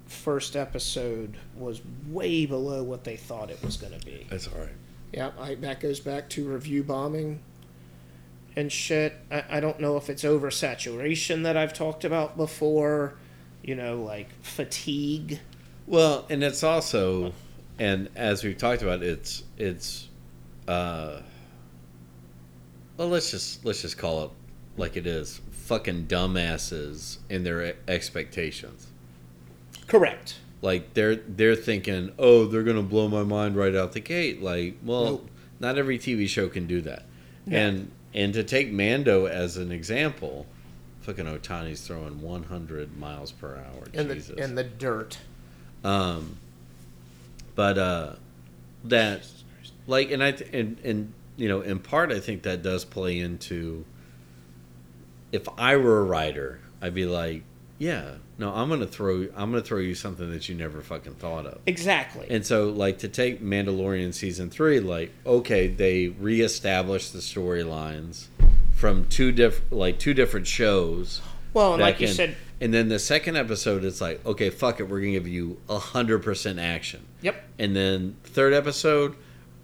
first episode was way below what they thought it was going to be
That's all right.
yeah I, that goes back to review bombing and shit I, I don't know if it's oversaturation that i've talked about before you know like fatigue
Well, and it's also, and as we've talked about, it's it's, uh, well, let's just let's just call it like it is. Fucking dumbasses in their e- expectations.
correct
Like they're they're thinking, oh, they're gonna blow my mind right out the gate. Like, well,
Nope.
not every TV show can do that. And and to take Mando as an example, fucking Otani's throwing 100 miles per hour.
and
Jesus.
the and the dirt
Um, but uh, that like, and I th- and and you know, in part, I think that does play into. If I were a writer, I'd be like, yeah, no, I'm gonna throw, I'm gonna throw you something that you never fucking thought of.
exactly
And so, like, to take Mandalorian season three, like, okay, they reestablished the storylines from two diff, like two different shows.
well and
that
like you
can-
said
and then the second episode, it's like, okay, fuck it, we're gonna give you hundred percent action.
yep
And then third episode,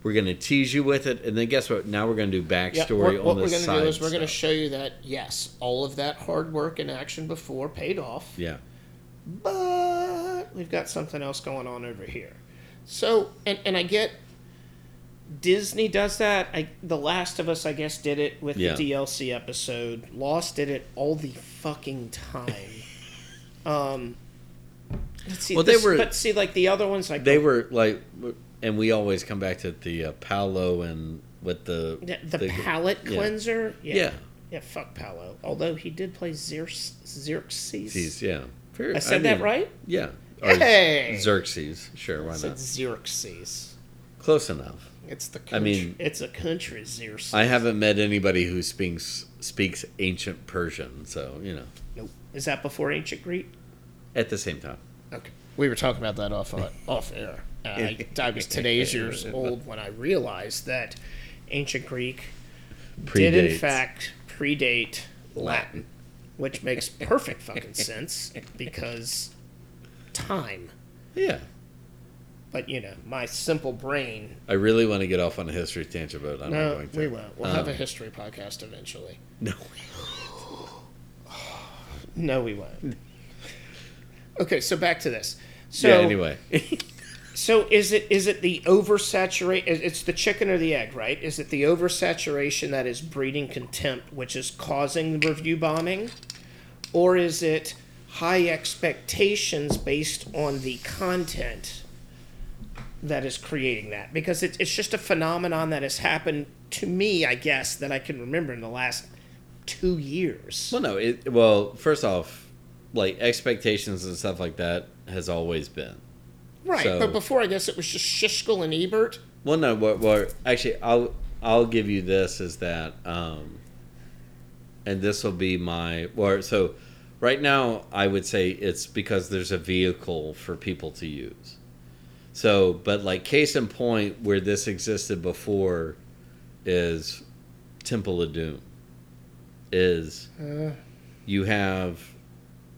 we're gonna tease you with it, and then guess what? Now we're gonna do backstory
Yep. What, what
on
we're
the
going to
side.
do is we're going to
stuff.
show you that yes, all of that hard work and action before paid off.
yeah,
but we've got something else going on over here. So, and, and I get Disney does that. I, the Last of Us, I guess, did it with
Yeah.
the DLC episode. Lost did it all the fucking time. um, let's see.
Well, they
this,
were-
but see, like the other ones, like
They were like, and we always come back to the uh, Paolo and with the
the, the, palette
yeah.
cleanser. Yeah.
Yeah.
yeah, fuck Paolo. Although he did play Xerxes. Xerxes.
Xerxes, yeah. Very-
I said that
mean,
right.
Yeah.
Hey!
Xerxes, sure, why
I said
not?
Xerxes.
Close enough.
It's the. Country,
I mean-
it's a country Xerxes.
I haven't met anybody who speaks speaks ancient Persian, so you know,
Nope. Is that before ancient Greek?
at the same time.
Okay. We were talking about that off off air. Uh, I, I was today's years old when I realized that ancient Greek did in
Predates.
fact predate Latin, which makes perfect fucking sense because time.
Yeah.
But you know, my simple brain.
I really want to get off on a history tangent, but I'm not
No,
going to.
Uh, we won't. We'll have a history podcast eventually.
No.
No, we won't. Okay, so back to this. So
yeah, anyway.
So is it is it the oversaturation? It's the chicken or the egg, right? Is it the oversaturation that is breeding contempt, which is causing the review bombing, or is it high expectations based on the content that is creating that? Because it's it's just a phenomenon that has happened to me, I guess, that I can remember in the last two years.
Well, no. It, well, first off, like expectations and stuff like that has always been.
Right,
so-
but before I guess it was just Shiskel and Ebert.
Well, no. What? What? Actually, I'll I'll give you this is that, um, and this will be my. Well, so right now I would say it's because there's a vehicle for people to use. So, but like case in point, where this existed before, is Temple of Doom. Is you have,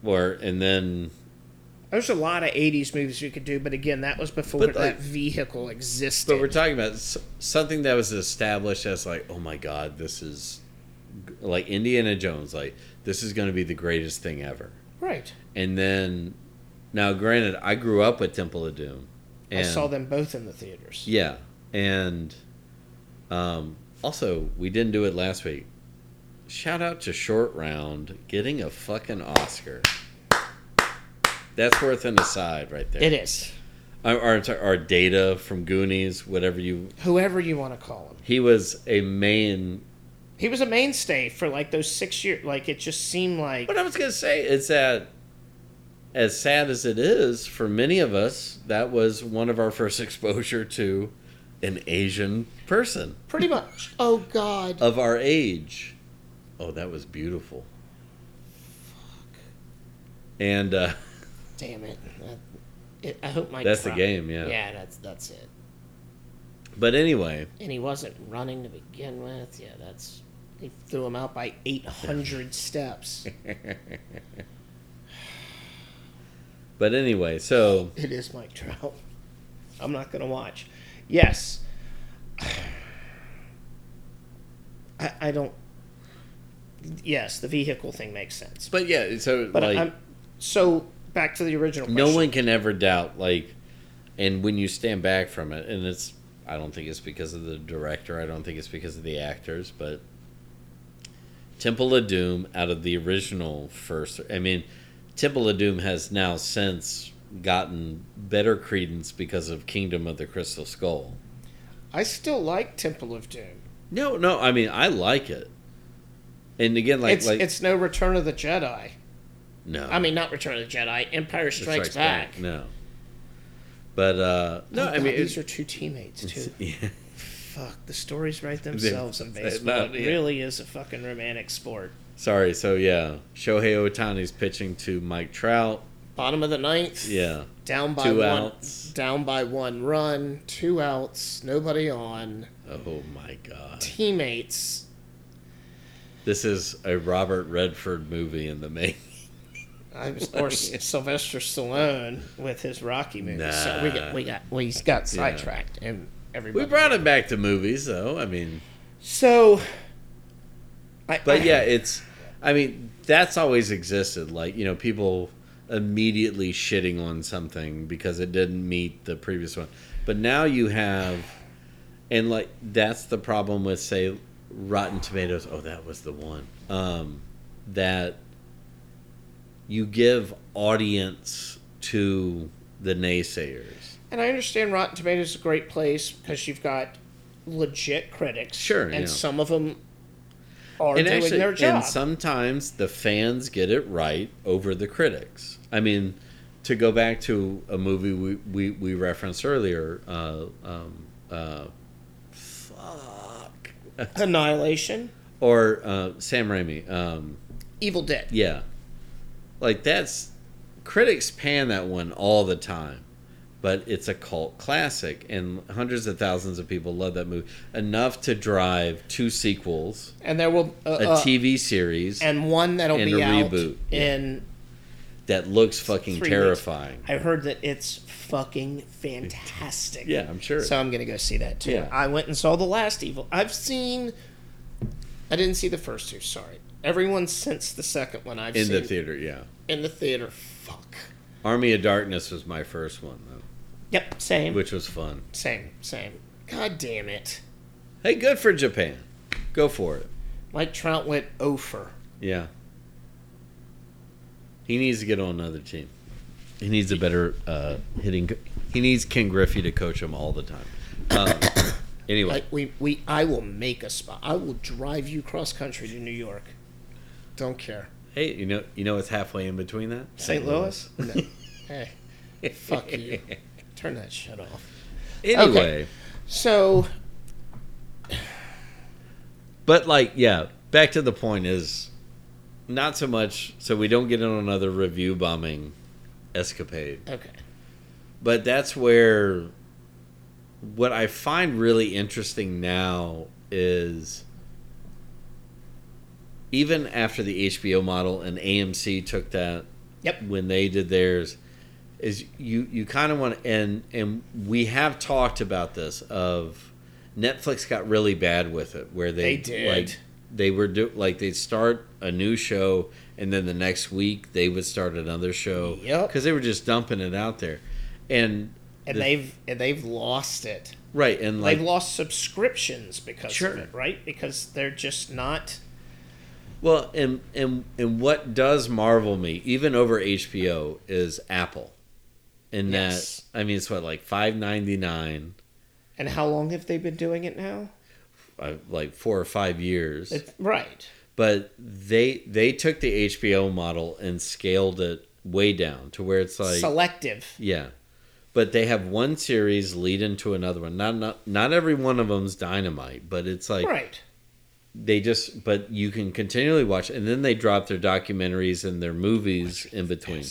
or and then
There's a lot of '80s movies you could do, but again, that was before
But, like-
that vehicle existed.
But we're talking about s- something that was established as like, oh my god, this is g- like Indiana Jones, like this is going to be the greatest thing ever.
right.
And then, now granted, I grew up with Temple of Doom. And,
I saw them both in the theaters.
Yeah, and um, also we didn't do it last week. Shout out to Short Round getting a fucking Oscar. That's worth an aside right there.
It is
Our, our, our data from Goonies, whatever you
whoever you want to call him.
he was a main.
He was a mainstay for like those six years. Like it just seemed like
What I was gonna say is that, as sad as it is for many of us, that was one of our first exposure to an Asian person
pretty much. Oh God.
of our age. Oh, that was beautiful. And uh,
Damn it. That- it- I hope my.
that's the
crop-
game, yeah.
Yeah, that's that's it.
But anyway,
And he wasn't running to begin with. Yeah, that's. He threw him out by 800 steps.
but anyway, so
It is Mike Trout. I'm not going to watch. Yes. I, I don't. Yes, the vehicle thing makes sense.
but yeah, so
But
like
I'm so back to the original.
no
question.
one can ever doubt like and when you stand back from it and it's i don't think it's because of the director i don't think it's because of the actors but temple of doom out of the original first i mean temple of doom has now since gotten better credence because of kingdom of the crystal skull
I still like Temple of Doom.
no no i mean i like it and again like
it's
like
it's no Return of the Jedi.
no
I mean, not Return of the Jedi. Empire
It
Strikes, Back.
no but uh no
Oh,
i
God,
mean
these
it's
are two teammates too.
yeah
Fuck, the stories write themselves in
They're
baseball.
not,
It
yeah.
really is a fucking romantic sport.
Sorry, so yeah, Shohei Otani's pitching to Mike Trout.
Bottom of the ninth.
Yeah,
down by
Two
one
outs.
down by one run two outs nobody on
oh my God,
teammates
this is a Robert Redford movie in the making.
I was, or S- Sylvester Stallone with his Rocky movie. So we got we got we got sidetracked and everybody.
We brought him back to movies, though. I mean,
so. I,
but
I-
yeah, it's. I mean, that's always existed. Like you know, people immediately shitting on something because it didn't meet the previous one. But now you have and like that's the problem with say rotten tomatoes oh that was the one um that you give audience to the naysayers
And I understand Rotten Tomatoes is a great place because you've got legit critics.
Sure,
And
yeah.
some of them are doing their job.
and sometimes the fans get it right over the critics. I mean, to go back to a movie we, we, we referenced earlier, uh, um, uh, fuck,
Annihilation,
or uh, Sam Raimi. Um,
Evil Dead.
yeah, like that's critics pan that one all the time. But it's a cult classic, and hundreds of thousands of people love that movie enough to drive two sequels,
And there will uh,
a
uh,
TV series,
and one that'll
and
be
a
out
reboot, yeah.
in.
that looks fucking
Three
terrifying.
I heard that it's fucking fantastic.
Yeah, I'm sure.
So I'm gonna go see that too.
Yeah.
I went and saw the last Evil. I've seen. I didn't see the first two. Sorry. Everyone since the second one I've
in
seen
the theater, yeah.
in the theater. Fuck.
Army of Darkness was my first one though,
Yep. Same.
which was fun.
Same. Same. God damn it.
Hey, good for Japan. Go for it.
Mike Trout went over.
Yeah. He needs to get on another team. He needs a better uh, hitting. co- He needs Ken Griffey to coach him all the time. Um, anyway,
Like we, we I will make a spot. I will drive you cross country to New York. Don't care.
hey, you know, you know, it's halfway in between that.
St. Louis? No. hey. Fuck you. Turn that shit off.
Anyway,
So
But like, yeah, back to the point is not so much so we don't get in another review bombing escapade.
okay.
But that's where what I find really interesting now is even after the HBO model and AMC took that
Yep.
when they did theirs is you you kind of want to and and we have talked about this of Netflix got really bad with it where they,
They did.
like they were do like they'd start a new show and then the next week they would start another show
Yep.
cuz they were just dumping it out there and
And
the-
they've and they've lost it.
right and like
they've lost subscriptions because
Sure.
of it, right? Because they're just not
Well, and and and what does marvel me, even over HBO, is Apple, and
Yes.
that I mean it's what like five ninety nine,
and how long have they been doing it now?
uh, like four or five years.
It, right.
but they they took the HBO model and scaled it way down to where it's like
Selective.
yeah, but they have one series lead into another one. Not not not every one of them's dynamite, but it's like
right.
they just but you can continually watch, and then they drop their documentaries and their movies in between.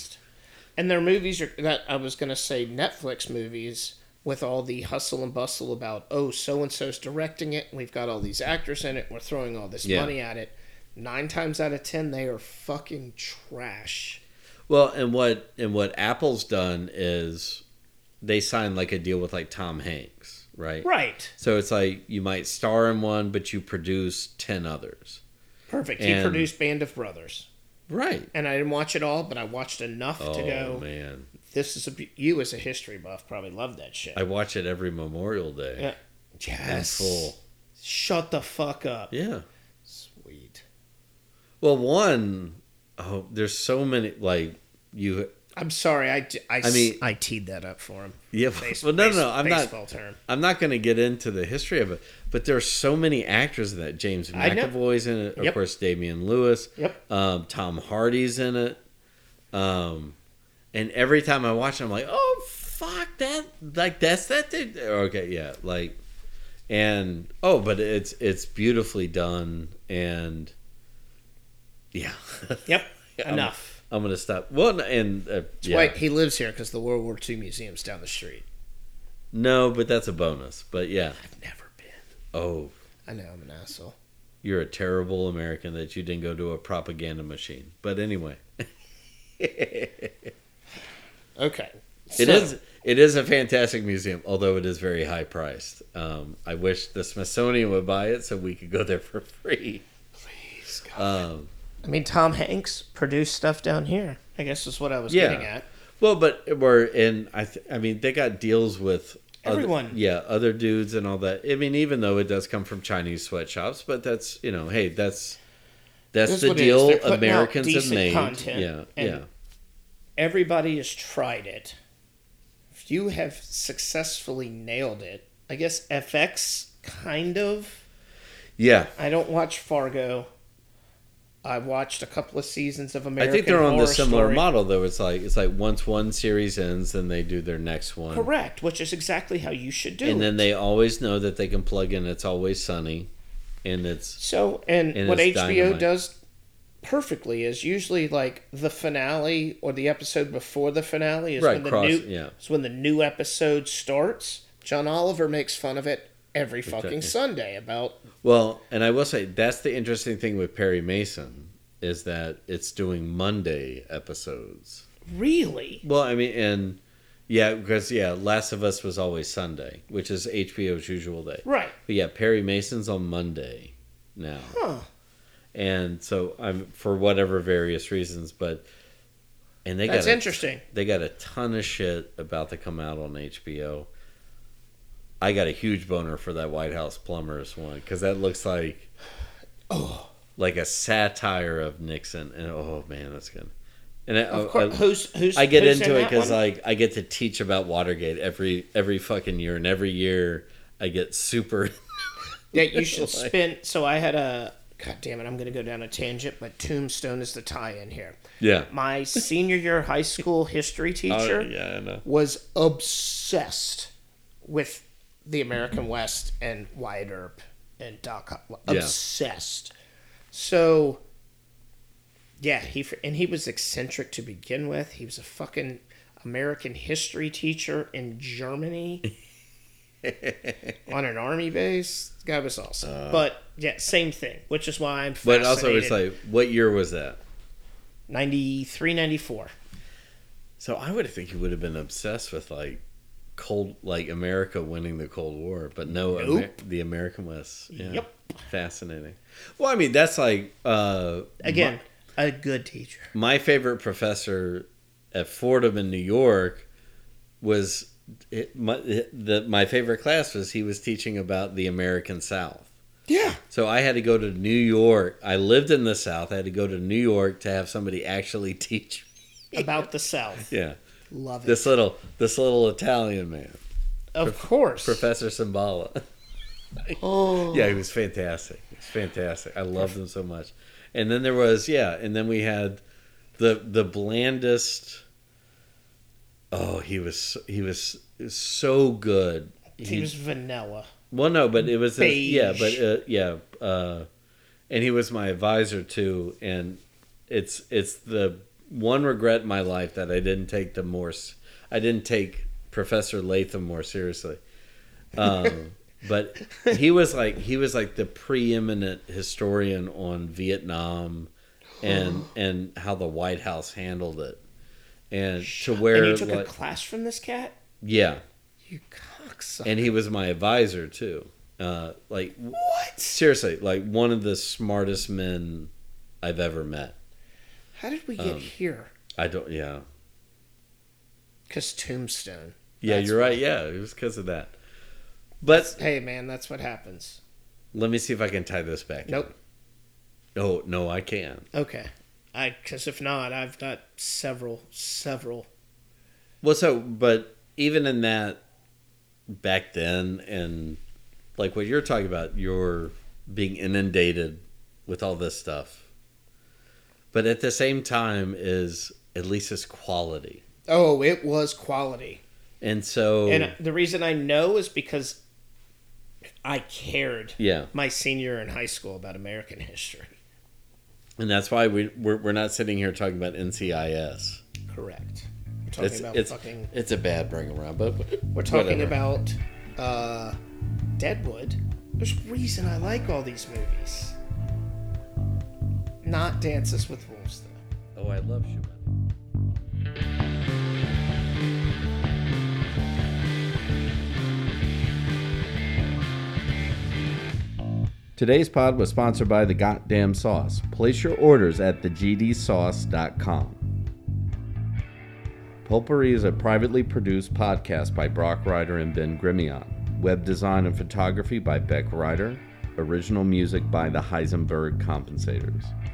And their movies are that I was gonna say Netflix movies with all the hustle and bustle about oh so and so's directing it, we've got all these actors in it, we're throwing all this
Yeah.
money at it. Nine times out of ten, they are fucking trash.
Well, and what and what Apple's done is they signed like a deal with like Tom Hanks, right?
Right.
So it's like you might star in one, but you produce ten others.
Perfect. he
And-
produced Band of Brothers,
Right.
and I didn't watch it all, but I watched enough
Oh
to go.
man,
This is a be- you as a history buff probably love that shit.
I watch it every Memorial Day.
yeah. Yes.
full.
Shut the fuck up.
Yeah.
Sweet.
Well, one, oh, there's so many like you.
I'm sorry. I, d- I s-
mean-
I teed that up for him.
Yeah.
Base-
well, no, no,
base-
no, I'm
baseball
not.
term.
I'm not going to get into the history of it, but there are so many actors in that. James
I know.
McAvoy's in it, of
Yep.
course. Damian Lewis.
Yep.
Um, Tom Hardy's in it. Um, and every time I watch it, I'm like, oh fuck that! Like that's that dude. Okay, yeah, like, and oh, but it's it's beautifully done, and yeah,
Yep.
I'm-
Enough.
I'm, gonna stop. Well, and uh,
That's
yeah.
why he lives here because the World War II museum's down the street.
no, but that's a bonus. But yeah,
I've never been.
oh.
I know I'm an asshole.
you're a terrible American that you didn't go to a propaganda machine. But anyway,
Okay.
it is it is a fantastic museum, although it is very high priced. Um, I wish the Smithsonian would buy it so we could go there for free.
Please, God.
Um,
I mean, Tom Hanks produced stuff down here. I guess is what I was
Yeah.
getting at.
well, but we're in. I th- I mean, they got deals with other-
Everyone.
yeah, other dudes and all that. I mean, even though it does come from Chinese sweatshops, but that's you know, hey, that's that's
That's
the
what it is.
deal
They're putting out
Americans have
decent
made.
content
yeah,
and-
yeah,
everybody has tried it. If you have successfully nailed it, I guess FX kind of.
yeah.
I don't watch Fargo. I watched a couple of seasons of American.
I think they're on the
Horror
similar
Story.
model though. It's like it's like once one series ends, then they do their next one,
Correct, which is exactly how you should do.
and then
it.
they always know that they can plug in. It's always sunny, and it's
So, and,
And
what HBO
it's dynamite.
does perfectly is usually like the finale or the episode before the finale is
Right,
when the
cross-
new
yeah.
is when the new episode starts. John Oliver makes fun of it every fucking Sunday about
Well, and I will say that's the interesting thing with Perry Mason is that it's doing Monday episodes.
really
Well, I mean, and yeah, because yeah, Last of Us was always Sunday, which is HBO's usual day.
right.
But yeah, Perry Mason's on Monday now,
Huh.
and so I'm for whatever various reasons, but and they
That's
got a-
interesting.
they got a ton of shit about to come out on HBO. I got a huge boner for that White House plumbers one because that looks like,
Oh.
like a satire of Nixon, and oh man, that's good. And I, oh,
Of course,
I-
who's who's
I get
who's
into it
in that
because
one?
like I get to teach about Watergate every every fucking year, and every year I get super.
that you should spend. So I had a god damn it, I'm going to go down a tangent, but Tombstone is the tie-in here.
yeah.
My senior year high school history
Oh,
teacher.
yeah, I know.
was obsessed with the American West and Wyatt Earp and Doc. Ho-
Yeah.
Obsessed. So, yeah, he fr- and he was eccentric to begin with. He was a fucking American history teacher in Germany on an army base. The guy was awesome, but yeah, same thing, which is why I'm.
Uh. But
Fascinated.
also, it's like, what year was that?
93, 94.
So I would think you would have been obsessed with like cold, like America winning the Cold War, but no, Amer-
Nope.
the American West. Yeah.
Yep.
Fascinating. Well, I mean, that's like uh,
Again, a good teacher.
my favorite professor at Fordham in New York was it, my, the, my favorite class was he was teaching about the American South.
Yeah.
So I had to go to New York. I lived in the South. I had to go to New York to have somebody actually teach.
About the South.
Yeah.
Love it.
This little this little Italian man.
Of course.
Professor Simbala.
Oh.
yeah, he was fantastic. He was fantastic. I loved him so much. And then there was yeah, and then we had the the blandest. Oh, he was he was so good.
He was vanilla.
Well, no, but it was
Beige.
yeah, but uh, yeah, uh, and he was my advisor too. And it's it's the one regret in my life that I didn't take the more s- I didn't take Professor Latham more seriously. Um, but he was like he was like the preeminent historian on Vietnam and and how the White House handled it, and to where
and you took
like,
a class from this cat?
yeah,
You cocksucker.
and he was my advisor too. Uh, like
what?
seriously, like one of the smartest men I've ever met.
How did we get
um,
here?
I don't. Yeah,
Because Tombstone.
yeah,
That's
you're right. Yeah, it was because of that. But
Hey, man, that's what happens.
let me see if I can tie this back. in.
Nope.
Oh no, I can.
Okay. I Because if not, I've got several, several.
Well, so but even in that back then, and like what you're talking about, you're being inundated with all this stuff. But at the same time, is at least it's quality,
Oh, it was quality.
and so
And uh, the reason I know is because I cared
yeah.
my senior in high school about American history.
And that's why we we're, we're not sitting here talking about NCIS.
Correct. We're talking
It's
about
it's
fucking.
it's a bad bring around, but
We're talking
whatever.
about uh, Deadwood. There's a reason I like all these movies. Not Dances with Wolves, though.
Oh, I love Schumacher.
Today's pod was sponsored by The Goddamn Sauce. Place your orders at thegdsauce.com. Pulpery is a privately produced podcast by Brock Ryder and Ben Grimion. Web design and photography by Beck Ryder. Original music by the Heisenberg Compensators.